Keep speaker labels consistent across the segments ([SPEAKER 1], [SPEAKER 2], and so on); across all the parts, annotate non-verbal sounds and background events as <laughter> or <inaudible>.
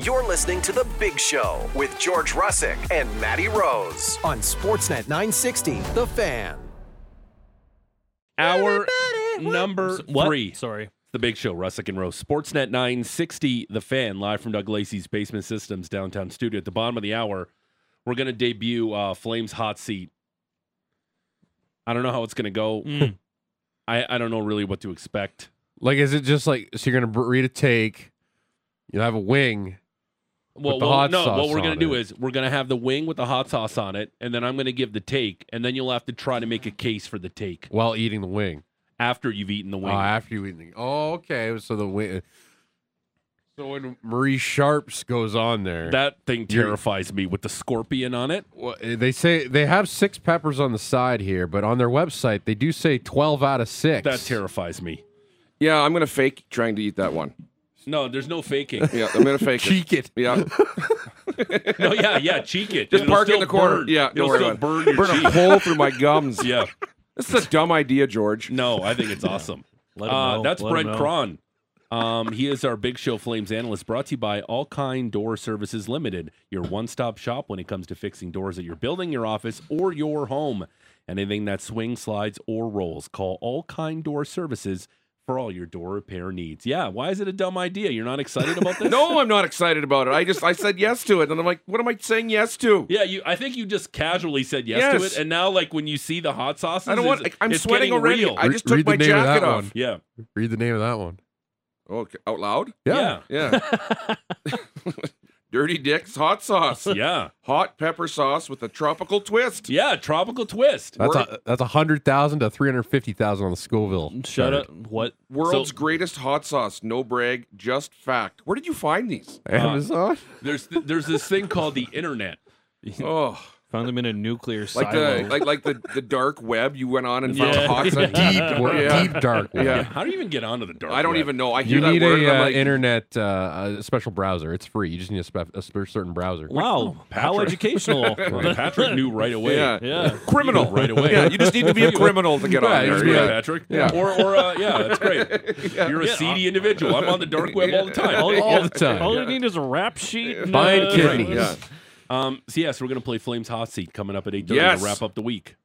[SPEAKER 1] You're listening to The Big Show with George Russick and Matty Rose on Sportsnet 960, The Fan.
[SPEAKER 2] Our number
[SPEAKER 3] What?
[SPEAKER 2] three.
[SPEAKER 3] Sorry.
[SPEAKER 2] The Big Show, Russick and Rose. Sportsnet 960, The Fan, live from Doug Lacey's Basement Systems downtown studio. At the bottom of the hour, we're going to debut uh, Flames Hot Seat. I don't know how it's going to go.
[SPEAKER 3] Mm.
[SPEAKER 2] <laughs> I, I don't know really what to expect.
[SPEAKER 4] Like, is it just like so? You're gonna br- read a take. You'll have a wing.
[SPEAKER 2] Well,
[SPEAKER 4] the
[SPEAKER 2] well,
[SPEAKER 4] hot
[SPEAKER 2] no,
[SPEAKER 4] sauce
[SPEAKER 2] what we're
[SPEAKER 4] on
[SPEAKER 2] going to do
[SPEAKER 4] it.
[SPEAKER 2] is we're going to have the wing with the hot sauce on it, and then I'm going to give the take, and then you'll have to try to make a case for the take
[SPEAKER 4] While eating the wing.
[SPEAKER 2] after you've eaten the
[SPEAKER 4] Oh,
[SPEAKER 2] wing.
[SPEAKER 4] after you eat the. Oh, okay. So the wing. So when Marie Sharps goes on there,
[SPEAKER 2] that thing
[SPEAKER 4] You're-
[SPEAKER 2] terrifies me with the scorpion on it.
[SPEAKER 4] Well, they say they have six peppers on the side here, but on their website they do say twelve out of six.
[SPEAKER 2] That terrifies me.
[SPEAKER 5] Yeah, I'm gonna fake trying to eat that one.
[SPEAKER 2] No, there's no faking. <laughs>
[SPEAKER 5] Yeah, I'm gonna fake
[SPEAKER 4] Cheek it.
[SPEAKER 5] Yeah,
[SPEAKER 2] No, yeah, yeah, cheek it.
[SPEAKER 5] just
[SPEAKER 2] It'll
[SPEAKER 5] park it in
[SPEAKER 2] still
[SPEAKER 5] the corner.
[SPEAKER 2] burn.
[SPEAKER 5] Yeah,
[SPEAKER 2] It'll
[SPEAKER 5] don't worry
[SPEAKER 2] still
[SPEAKER 5] about
[SPEAKER 2] burn
[SPEAKER 5] it.
[SPEAKER 2] your
[SPEAKER 5] burn a
[SPEAKER 2] cheek.
[SPEAKER 5] hole through my
[SPEAKER 2] <laughs>
[SPEAKER 5] gums.
[SPEAKER 2] Yeah,
[SPEAKER 5] this is a dumb idea, George.
[SPEAKER 2] no, I
[SPEAKER 3] <laughs>
[SPEAKER 2] think it's awesome.
[SPEAKER 3] Let 'em
[SPEAKER 2] Uh,
[SPEAKER 3] know.
[SPEAKER 2] that's
[SPEAKER 3] Let 'em
[SPEAKER 2] Brent
[SPEAKER 3] know.
[SPEAKER 2] Cron. Um, he is our Big Show Flames analyst, brought to you by All Kind Door Services Limited, your one-stop shop when it comes to fixing doors at your building, your office, or your home. Anything that swings, slides, or rolls, call All Kind Door Services for all your door repair needs. Yeah, why is it a dumb idea? You're not excited
[SPEAKER 5] <laughs>
[SPEAKER 2] about this?
[SPEAKER 5] No, I'm not excited about it. I just I said yes to it, and I'm like, what am I saying yes to?
[SPEAKER 2] Yeah, you. I think you just casually said yes, to
[SPEAKER 5] Yes.
[SPEAKER 2] it, and now like when you see the hot sauces,
[SPEAKER 5] I don't want.
[SPEAKER 2] it's-
[SPEAKER 5] I'm
[SPEAKER 2] it's
[SPEAKER 5] sweating
[SPEAKER 2] getting
[SPEAKER 5] already.
[SPEAKER 2] real.
[SPEAKER 5] I just
[SPEAKER 4] Re-
[SPEAKER 5] took
[SPEAKER 4] read
[SPEAKER 5] my
[SPEAKER 4] the name of
[SPEAKER 5] jacket
[SPEAKER 4] that
[SPEAKER 5] off.
[SPEAKER 4] one.
[SPEAKER 2] yeah,
[SPEAKER 4] Read the name of that one.
[SPEAKER 5] Okay, out loud.
[SPEAKER 2] yeah, <laughs>
[SPEAKER 5] Yeah. <laughs> Dirty Dick's
[SPEAKER 2] <laughs>
[SPEAKER 5] hot sauce. <laughs>
[SPEAKER 2] yeah, yeah,
[SPEAKER 5] Hot pepper sauce with a tropical twist.
[SPEAKER 2] Tropical twist.
[SPEAKER 4] That's
[SPEAKER 5] Word-
[SPEAKER 4] a, that's a hundred thousand to three hundred fifty thousand on the Scoville.
[SPEAKER 5] <laughs>
[SPEAKER 3] Shut
[SPEAKER 4] chart.
[SPEAKER 3] up. What?
[SPEAKER 5] World's
[SPEAKER 3] So-
[SPEAKER 5] greatest hot sauce. No brag, just fact. Where did you find
[SPEAKER 2] <laughs>
[SPEAKER 5] these?
[SPEAKER 4] Amazon.
[SPEAKER 2] <laughs> There's there's this thing called the internet.
[SPEAKER 5] Oh,
[SPEAKER 3] Found them in a nuclear
[SPEAKER 5] like
[SPEAKER 3] silo.
[SPEAKER 5] the like like the, the dark web. You went on and
[SPEAKER 2] <laughs>
[SPEAKER 5] found
[SPEAKER 2] Yeah.
[SPEAKER 5] hot sauce.
[SPEAKER 3] <laughs>
[SPEAKER 4] deep, wor-
[SPEAKER 5] Yeah.
[SPEAKER 4] deep dark.
[SPEAKER 5] Yeah.
[SPEAKER 4] web.
[SPEAKER 2] How do you even get onto the dark?
[SPEAKER 5] I don't
[SPEAKER 2] web?
[SPEAKER 5] even know. I hear
[SPEAKER 4] You
[SPEAKER 5] that
[SPEAKER 4] need
[SPEAKER 5] word. and
[SPEAKER 4] a
[SPEAKER 5] I'm
[SPEAKER 4] uh,
[SPEAKER 5] like,
[SPEAKER 4] internet uh, a special browser. It's free. You just need a, spe- a spe- certain browser.
[SPEAKER 3] wow. How
[SPEAKER 2] Oh, Patrick.
[SPEAKER 3] educational.
[SPEAKER 2] Patrick knew <laughs> right away.
[SPEAKER 5] Yeah. <laughs>
[SPEAKER 3] yeah.
[SPEAKER 5] criminal
[SPEAKER 2] right away.
[SPEAKER 5] Yeah, you just need
[SPEAKER 2] <laughs>
[SPEAKER 5] to be a criminal to get
[SPEAKER 4] Yeah,
[SPEAKER 5] on
[SPEAKER 4] you
[SPEAKER 2] That's
[SPEAKER 4] just be
[SPEAKER 5] there.
[SPEAKER 2] great,
[SPEAKER 4] Yeah.
[SPEAKER 2] Patrick.
[SPEAKER 5] Yeah.
[SPEAKER 2] Or or uh, yeah, that's
[SPEAKER 5] <laughs>
[SPEAKER 2] great. You're a seedy individual. I'm on the dark web all the time.
[SPEAKER 3] All,
[SPEAKER 4] All the time.
[SPEAKER 3] All you need is a rap sheet. and,
[SPEAKER 4] Fine
[SPEAKER 3] uh,
[SPEAKER 4] kidneys.
[SPEAKER 5] yeah.
[SPEAKER 2] Um, so yes, we're gonna play Flames Hot Seat coming up at eight thirty
[SPEAKER 5] Yes.
[SPEAKER 2] to wrap up the week.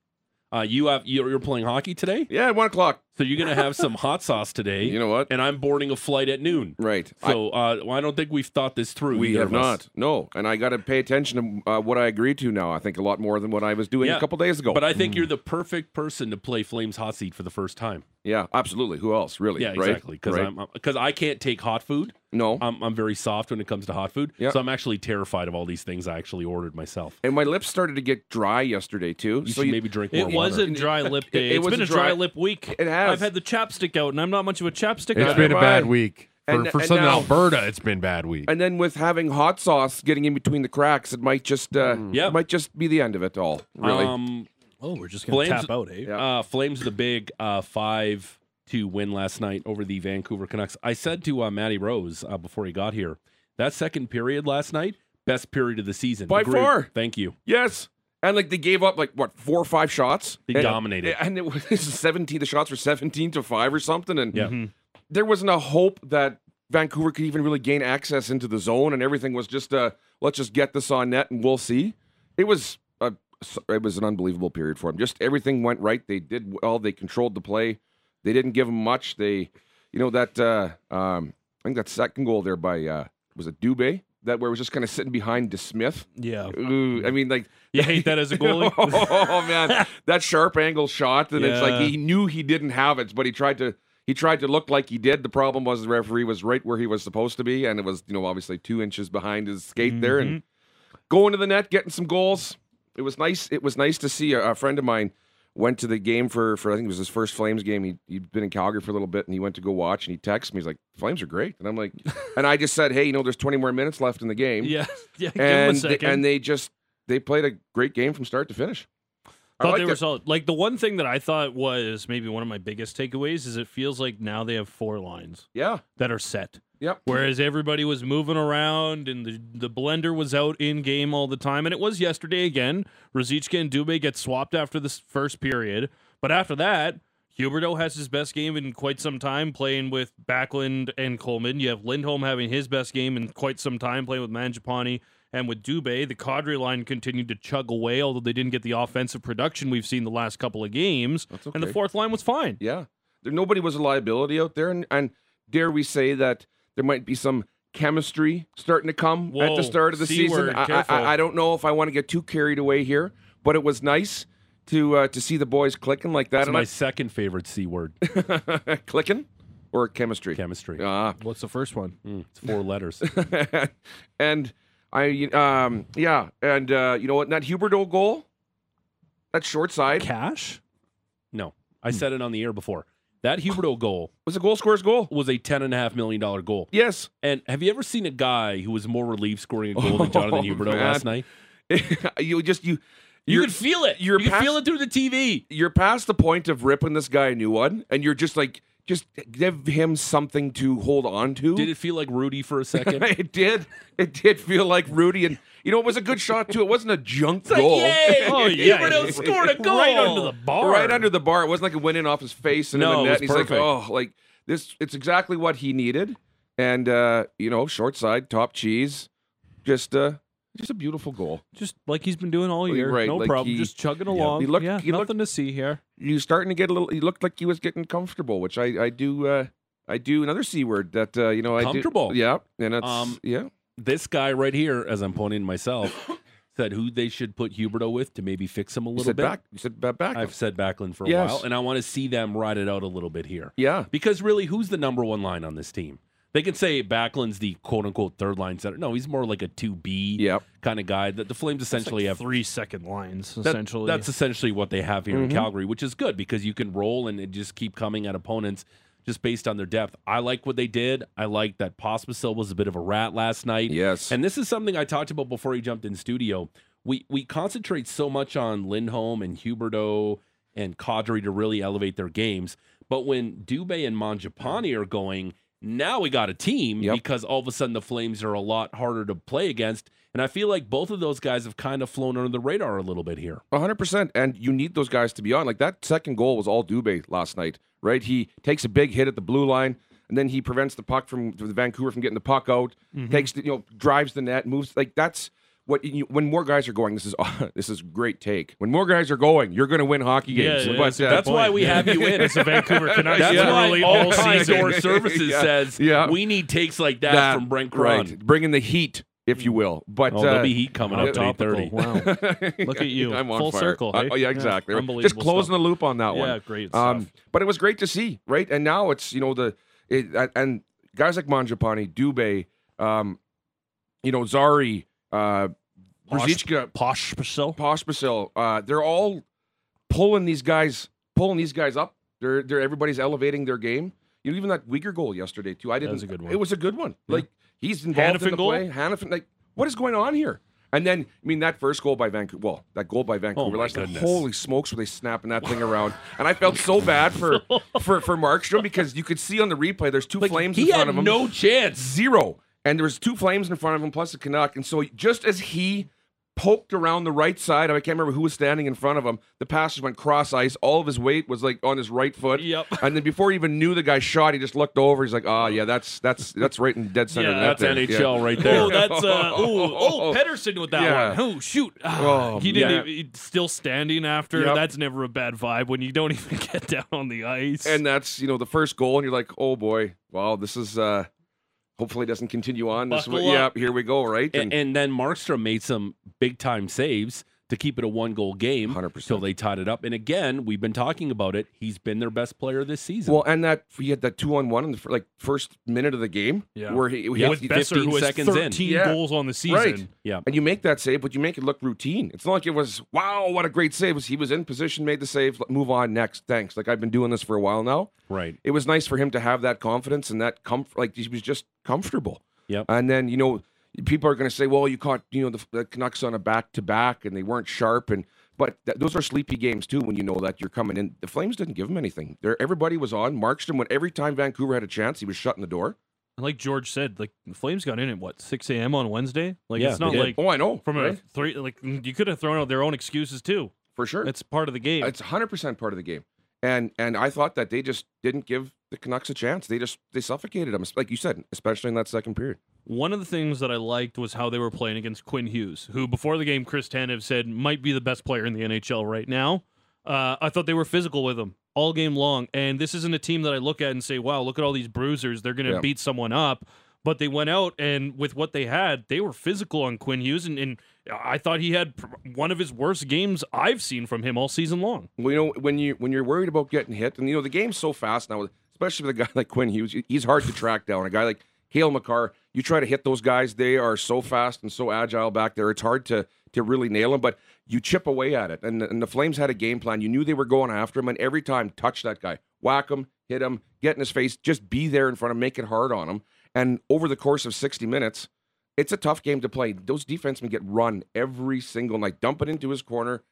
[SPEAKER 2] Uh, you have you're, you're playing hockey today,
[SPEAKER 5] Yeah, one o'clock.
[SPEAKER 2] so you're gonna have some hot sauce today.
[SPEAKER 5] <laughs> You know what?
[SPEAKER 2] And I'm boarding a flight at noon.
[SPEAKER 5] Right. I-
[SPEAKER 2] So uh, well, I don't think we've thought this through.
[SPEAKER 5] we
[SPEAKER 2] either
[SPEAKER 5] have
[SPEAKER 2] of us.
[SPEAKER 5] not. No, and I got to pay attention to uh, what I agree to now. I think a lot more than what I was doing
[SPEAKER 2] Yeah.
[SPEAKER 5] a couple days ago.
[SPEAKER 2] But I think you're the perfect person to play Flames Hot Seat for the first time.
[SPEAKER 5] yeah, absolutely. Who else? Really?
[SPEAKER 2] Yeah,
[SPEAKER 5] right?
[SPEAKER 2] exactly. Because
[SPEAKER 5] right?
[SPEAKER 2] I'm because I can't take hot food.
[SPEAKER 5] no.
[SPEAKER 2] I'm, I'm very soft when it comes to hot food.
[SPEAKER 5] Yeah.
[SPEAKER 2] So I'm actually terrified of all these things I actually ordered myself.
[SPEAKER 5] and my lips started to get dry yesterday too.
[SPEAKER 2] You
[SPEAKER 5] so
[SPEAKER 2] should
[SPEAKER 5] you,
[SPEAKER 2] maybe drink more
[SPEAKER 3] It was
[SPEAKER 2] water.
[SPEAKER 3] a dry lip
[SPEAKER 5] It-
[SPEAKER 3] day.
[SPEAKER 5] it
[SPEAKER 3] has
[SPEAKER 5] was
[SPEAKER 3] been
[SPEAKER 5] a
[SPEAKER 3] a dry,
[SPEAKER 5] dry-
[SPEAKER 3] lip week.
[SPEAKER 5] It has.
[SPEAKER 3] I've had the chapstick out, and I'm not much of a chapstick
[SPEAKER 4] It's
[SPEAKER 3] guy.
[SPEAKER 4] been a bad
[SPEAKER 5] Right.
[SPEAKER 4] week for
[SPEAKER 5] And-
[SPEAKER 4] for
[SPEAKER 5] and
[SPEAKER 4] some
[SPEAKER 5] now-
[SPEAKER 4] Alberta. It's been bad week.
[SPEAKER 5] and then with having hot sauce getting in between the cracks, it might just uh,
[SPEAKER 2] Mm. Yeah.
[SPEAKER 5] might just be the end of it all. Really.
[SPEAKER 2] Um,
[SPEAKER 3] oh, we're just gonna
[SPEAKER 2] Flames-
[SPEAKER 3] tap out, eh?
[SPEAKER 5] Yeah.
[SPEAKER 2] uh, Flames the big uh, five to win last night over the Vancouver Canucks. I said to uh, Matty Rose uh, before he got here that second period last night, best period of the season
[SPEAKER 5] By
[SPEAKER 2] Agreed.
[SPEAKER 5] far.
[SPEAKER 2] Thank you.
[SPEAKER 5] yes. And like they gave up like what four or five shots.
[SPEAKER 2] They
[SPEAKER 5] and,
[SPEAKER 2] dominated.
[SPEAKER 5] And it was <laughs> seventeen. The shots were seventeen to five or something. And
[SPEAKER 2] Yeah.
[SPEAKER 5] there wasn't a hope that Vancouver could even really gain access into the zone, and everything was just a let's just get this on net and we'll see. It was a, it was an unbelievable period for them. Just everything went right. They did well. They controlled the play. They didn't give them much. They, you know that uh, um, I think that second goal there by uh, was it Dubé that where it was just kind of sitting behind DeSmith.
[SPEAKER 3] Yeah.
[SPEAKER 5] Ooh, I mean like
[SPEAKER 3] You hate that as a
[SPEAKER 5] <laughs>
[SPEAKER 3] goalie? <laughs>
[SPEAKER 5] oh man, that sharp angle shot, and it's like
[SPEAKER 3] Yeah.
[SPEAKER 5] he knew he didn't have it, but he tried to he tried to look like he did. The problem was the referee was right where he was supposed to be, and it was you know obviously two inches behind his skate there, and going to the net, getting some goals. It was nice. It was nice to see a, a friend of mine went to the game for for I think it was his first Flames game. He he'd been in Calgary for a little bit, and he went to go watch, and he texted me. He's like, "Flames are great," and I'm like, and I just said, "Hey, you know, there's 20 more minutes left in the game."
[SPEAKER 3] yeah. Yeah. Give him a
[SPEAKER 5] and
[SPEAKER 3] second.
[SPEAKER 5] and they just they played a great game from start to finish. I
[SPEAKER 3] thought
[SPEAKER 5] liked
[SPEAKER 3] they were
[SPEAKER 5] it.
[SPEAKER 3] solid. Like the one thing that I thought was maybe one of my biggest takeaways is it feels like now they have four lines
[SPEAKER 5] yeah,
[SPEAKER 3] that are set.
[SPEAKER 5] Yep.
[SPEAKER 3] Whereas everybody was moving around and the, the blender was out in game all the time. And it was yesterday again. Rozicka and Dubé get swapped after this first period. But after that, Huberto has his best game in quite some time playing with Backlund and Coleman. You have Lindholm having his best game in quite some time playing with Manjapani and with Dubé. The Cadre line continued to chug away, although they didn't get the offensive production we've seen the last couple of games.
[SPEAKER 5] That's
[SPEAKER 3] And the
[SPEAKER 5] okay.
[SPEAKER 3] fourth line was fine.
[SPEAKER 5] Yeah. There, nobody was a liability out there. And, and dare we say that there might be some chemistry starting to come at
[SPEAKER 3] Whoa,
[SPEAKER 5] the start of the
[SPEAKER 3] C
[SPEAKER 5] season.
[SPEAKER 3] word,
[SPEAKER 5] I- I,
[SPEAKER 3] careful.
[SPEAKER 5] I, I don't know if I want to get too carried away here, but it was nice to uh, to see the boys clicking like that.
[SPEAKER 2] That's
[SPEAKER 5] and
[SPEAKER 2] my second favorite C
[SPEAKER 5] <laughs>
[SPEAKER 2] word,
[SPEAKER 5] I- clicking or chemistry?
[SPEAKER 2] chemistry.
[SPEAKER 5] Ah. <laughs>
[SPEAKER 3] What's the first one?
[SPEAKER 2] Mm, it's four letters.
[SPEAKER 5] and I, um, yeah. And uh, you know what? That Huberto goal, that short side
[SPEAKER 3] Cash?
[SPEAKER 2] No, I said it on the air before. That Huberto goal
[SPEAKER 5] was a goal scorer's goal.
[SPEAKER 2] was a ten and a half million dollar goal.
[SPEAKER 5] Yes. <laughs>
[SPEAKER 2] And have you ever seen a guy who was more relieved scoring a goal than Jonathan
[SPEAKER 5] Oh,
[SPEAKER 2] Huberto
[SPEAKER 5] man.
[SPEAKER 2] last night?
[SPEAKER 5] you just, you,
[SPEAKER 2] You
[SPEAKER 5] you're-
[SPEAKER 2] could feel it.
[SPEAKER 5] you're
[SPEAKER 2] you could
[SPEAKER 5] pass-
[SPEAKER 2] feel it through the TV.
[SPEAKER 5] you're past the point of ripping this guy a new one, and you're just like, just give him something to hold on to.
[SPEAKER 2] Did it feel like Rudy for a second?
[SPEAKER 5] <laughs> it did. It did feel like Rudy, and you know it was a good shot too. It wasn't a junk goal. <laughs>
[SPEAKER 3] Oh, yeah. Huberto
[SPEAKER 5] scored
[SPEAKER 2] a goal
[SPEAKER 3] Right under the bar.
[SPEAKER 5] Right under the bar. It wasn't like it went in off his face and
[SPEAKER 2] No,
[SPEAKER 5] in the
[SPEAKER 2] it was
[SPEAKER 5] net. and he's
[SPEAKER 2] perfect.
[SPEAKER 5] like, oh, like this. It's exactly what he needed. And uh, you know, short side, top cheese, just uh, just a beautiful goal.
[SPEAKER 3] Just like he's been doing all year.
[SPEAKER 5] Right,
[SPEAKER 3] no
[SPEAKER 5] like
[SPEAKER 3] problem.
[SPEAKER 5] he-
[SPEAKER 3] Just chugging along.
[SPEAKER 5] He looked-
[SPEAKER 3] yeah,
[SPEAKER 5] he looked-
[SPEAKER 3] nothing to see here.
[SPEAKER 5] you starting to get a little. He looked like he was getting comfortable, which I I do. Uh, I do another c word that uh, you know I
[SPEAKER 2] Comfortable.
[SPEAKER 5] Do, yeah, and that's
[SPEAKER 2] Um,
[SPEAKER 5] yeah.
[SPEAKER 2] This guy right here, as I'm pointing to <laughs> myself, said who they should put Huberto with to maybe fix him a
[SPEAKER 5] You
[SPEAKER 2] little
[SPEAKER 5] said
[SPEAKER 2] bit.
[SPEAKER 5] back. You said back. back
[SPEAKER 2] I've said Backlund for a
[SPEAKER 5] Yes.
[SPEAKER 2] while, and I want to see them ride it out a little bit here.
[SPEAKER 5] yeah.
[SPEAKER 2] Because really, who's the number one line on this team? They can say Backlund's the quote unquote third line center. No, he's more like a two B
[SPEAKER 5] Yeah.
[SPEAKER 2] kind of guy. That the Flames essentially have
[SPEAKER 3] three second lines,
[SPEAKER 2] that-
[SPEAKER 3] essentially.
[SPEAKER 2] That's essentially what they have here in Calgary, which is good because you can roll and just keep coming at opponents just based on their depth. I like what they did. I like that Pospisil was a bit of a rat last night.
[SPEAKER 5] Yes.
[SPEAKER 2] And this is something I talked about before he jumped in studio. We we concentrate so much on Lindholm and Huberto and Kadri to really elevate their games, but when Dubé and Manjapani are going, now we got a team
[SPEAKER 5] Yep.
[SPEAKER 2] because all of a sudden the Flames are a lot harder to play against, and I feel like both of those guys have kind of flown under the radar a little bit here.
[SPEAKER 5] A hundred percent, and you need those guys to be on. Like that second goal was all Dubé last night, right? He takes a big hit at the blue line, and then he prevents the puck from the Vancouver from getting the puck out.
[SPEAKER 2] Mm-hmm.
[SPEAKER 5] Takes the, you know drives the net, moves like that's what you, when more guys are going. This is <laughs> this is great take. When more guys are going, you're going to win hockey
[SPEAKER 3] Yeah,
[SPEAKER 5] games.
[SPEAKER 3] yeah,
[SPEAKER 5] but,
[SPEAKER 3] that's a
[SPEAKER 5] uh,
[SPEAKER 3] good
[SPEAKER 2] That's why
[SPEAKER 3] point.
[SPEAKER 2] we have you in.
[SPEAKER 3] It's the Vancouver
[SPEAKER 5] <laughs>
[SPEAKER 3] Canucks.
[SPEAKER 2] That's
[SPEAKER 5] Yeah.
[SPEAKER 2] why
[SPEAKER 3] literally
[SPEAKER 2] all
[SPEAKER 3] all
[SPEAKER 2] kinds
[SPEAKER 3] season.
[SPEAKER 2] door services
[SPEAKER 5] <laughs> Yeah.
[SPEAKER 2] says
[SPEAKER 5] Yeah.
[SPEAKER 2] we need takes like that,
[SPEAKER 5] that-
[SPEAKER 2] from Brent Cron.
[SPEAKER 5] right, bringing the heat, if you will. But
[SPEAKER 2] Oh, there'll
[SPEAKER 5] uh,
[SPEAKER 2] be heat coming up at eight thirty.
[SPEAKER 3] Wow.
[SPEAKER 2] <laughs>
[SPEAKER 5] <laughs>
[SPEAKER 3] Look at you.
[SPEAKER 5] I'm on
[SPEAKER 3] Full
[SPEAKER 5] fire.
[SPEAKER 3] circle.
[SPEAKER 5] I-
[SPEAKER 3] hey?
[SPEAKER 5] oh yeah, exactly.
[SPEAKER 3] Unbelievable.
[SPEAKER 5] Just closing the loop on that
[SPEAKER 3] stuff.
[SPEAKER 5] one.
[SPEAKER 3] Yeah, great stuff.
[SPEAKER 5] Um, but it was great to see, right? And now it's you know the it, a- and guys like Manjapani, Dubé, um, you know Zari, uh,
[SPEAKER 3] Posh-
[SPEAKER 5] Brzezinska,
[SPEAKER 3] Posh Purcell.
[SPEAKER 5] Pospisil, uh, they're all pulling these guys, pulling these guys up. They're they're everybody's elevating their game. You know, even that Uyghur goal yesterday too. I didn't.
[SPEAKER 3] was a good one.
[SPEAKER 5] It was a good one. Like he's involved in
[SPEAKER 3] Hannafin
[SPEAKER 5] the
[SPEAKER 3] goal?
[SPEAKER 5] play. Hannafin, like what is going on here? And then, I mean, that first goal by Vancouver. Well, that goal by Vancouver.
[SPEAKER 2] Oh my
[SPEAKER 5] last night,
[SPEAKER 2] goodness.
[SPEAKER 5] holy smokes, were they snapping that thing around? And I felt so
[SPEAKER 2] <laughs>
[SPEAKER 5] bad for for for Markstrom because you could see on the replay there's two flames
[SPEAKER 2] he
[SPEAKER 5] in front
[SPEAKER 2] had
[SPEAKER 5] of him
[SPEAKER 2] no chance.
[SPEAKER 5] zero. And there was two flames in front of him plus a Canuck. And so just as he poked around the right side, I can't remember who was standing in front of him, the passage went cross ice. All of his weight was like on his right foot.
[SPEAKER 3] Yep.
[SPEAKER 5] <laughs> And then before he even knew the guy shot, he just looked over. He's like, oh yeah, that's that's that's right in dead center.
[SPEAKER 3] Yeah,
[SPEAKER 5] of
[SPEAKER 2] That's
[SPEAKER 5] that thing." Yeah.
[SPEAKER 2] NHL right there.
[SPEAKER 3] Oh, that's uh,
[SPEAKER 5] <laughs>
[SPEAKER 3] oh, oh, Pedersen with that
[SPEAKER 5] Yeah.
[SPEAKER 3] one. Oh, shoot! Ah,
[SPEAKER 5] Oh,
[SPEAKER 3] he didn't.
[SPEAKER 5] yeah.
[SPEAKER 3] even- he's still standing after.
[SPEAKER 5] Yep.
[SPEAKER 3] That's never a bad vibe when you don't <laughs> even get down on the ice.
[SPEAKER 5] And that's, you know, the first goal, and you're like, oh boy, wow, this is uh hopefully it doesn't continue on. This
[SPEAKER 3] Buckle
[SPEAKER 5] yeah,
[SPEAKER 3] up.
[SPEAKER 5] here we go, right?
[SPEAKER 2] A- and, then Markstrom made some big time saves to keep it a one goal game
[SPEAKER 5] 100%.
[SPEAKER 2] till they tied it up. And again, we've been talking about it. He's been their best player this season.
[SPEAKER 5] well, and that he had that two on one in the fir- like first minute of the game,
[SPEAKER 3] Yeah.
[SPEAKER 5] where he, he
[SPEAKER 3] with
[SPEAKER 5] he-
[SPEAKER 3] Besser,
[SPEAKER 2] 15
[SPEAKER 3] who has
[SPEAKER 2] seconds in.
[SPEAKER 3] thirteen
[SPEAKER 5] Yeah.
[SPEAKER 3] goals on the season.
[SPEAKER 5] Right.
[SPEAKER 2] yeah.
[SPEAKER 5] And you make that save, but you make it look routine. It's not like it was, wow, what a great save. It was- He was in position, made the save, l- move on next. Thanks. Like I've been doing this for a while now.
[SPEAKER 2] Right.
[SPEAKER 5] It was nice for him to have that confidence and that comfort. Like he was just comfortable.
[SPEAKER 2] Yep.
[SPEAKER 5] And then, you know, people are going to say, well, you caught, you know, the, the Canucks on a back to back and they weren't sharp. And, but th- those are sleepy games too when you know that you're coming in. The Flames didn't give him anything. There, everybody was on. Markstrom, when every time Vancouver had a chance, he was shutting the door.
[SPEAKER 3] And like George said, like the Flames got in at what six a.m. on Wednesday. Like
[SPEAKER 2] Yeah,
[SPEAKER 3] it's
[SPEAKER 2] they
[SPEAKER 3] not
[SPEAKER 2] did.
[SPEAKER 3] like
[SPEAKER 5] Oh, I know.
[SPEAKER 3] from a
[SPEAKER 5] right?
[SPEAKER 3] three. Like you could have thrown out their own excuses too.
[SPEAKER 5] For sure.
[SPEAKER 3] It's part of the game.
[SPEAKER 5] It's 100% part of the game. And and I thought that they just didn't give the Canucks a chance. They just they suffocated them, like you said, especially in that second period.
[SPEAKER 3] One of the things that I liked was how they were playing against Quinn Hughes, who before the game, Chris Tanev said might be the best player in the NHL right now. Uh, I thought they were physical with him all game long. And this isn't a team that I look at and say, wow, look at all these bruisers. They're going to
[SPEAKER 5] Yeah.
[SPEAKER 3] beat someone up. But they went out and with what they had, they were physical on Quinn Hughes. And, and I thought he had pr- one of his worst games I've seen from him all season long.
[SPEAKER 5] Well, you know when you when you're worried about getting hit, and you know the game's so fast now, especially with a guy <laughs> like Quinn Hughes, he's hard to track down. A guy like Kale McCarr, you try to hit those guys, they are so fast and so agile back there. It's hard to to really nail them, but you chip away at it. And the, and the Flames had a game plan. You knew they were going after him, and every time touch that guy, whack him, hit him, get in his face, just be there in front of, him, make it hard on him. And over the course of 60 minutes, it's a tough game to play. Those defensemen get run every single night. Dump it into his corner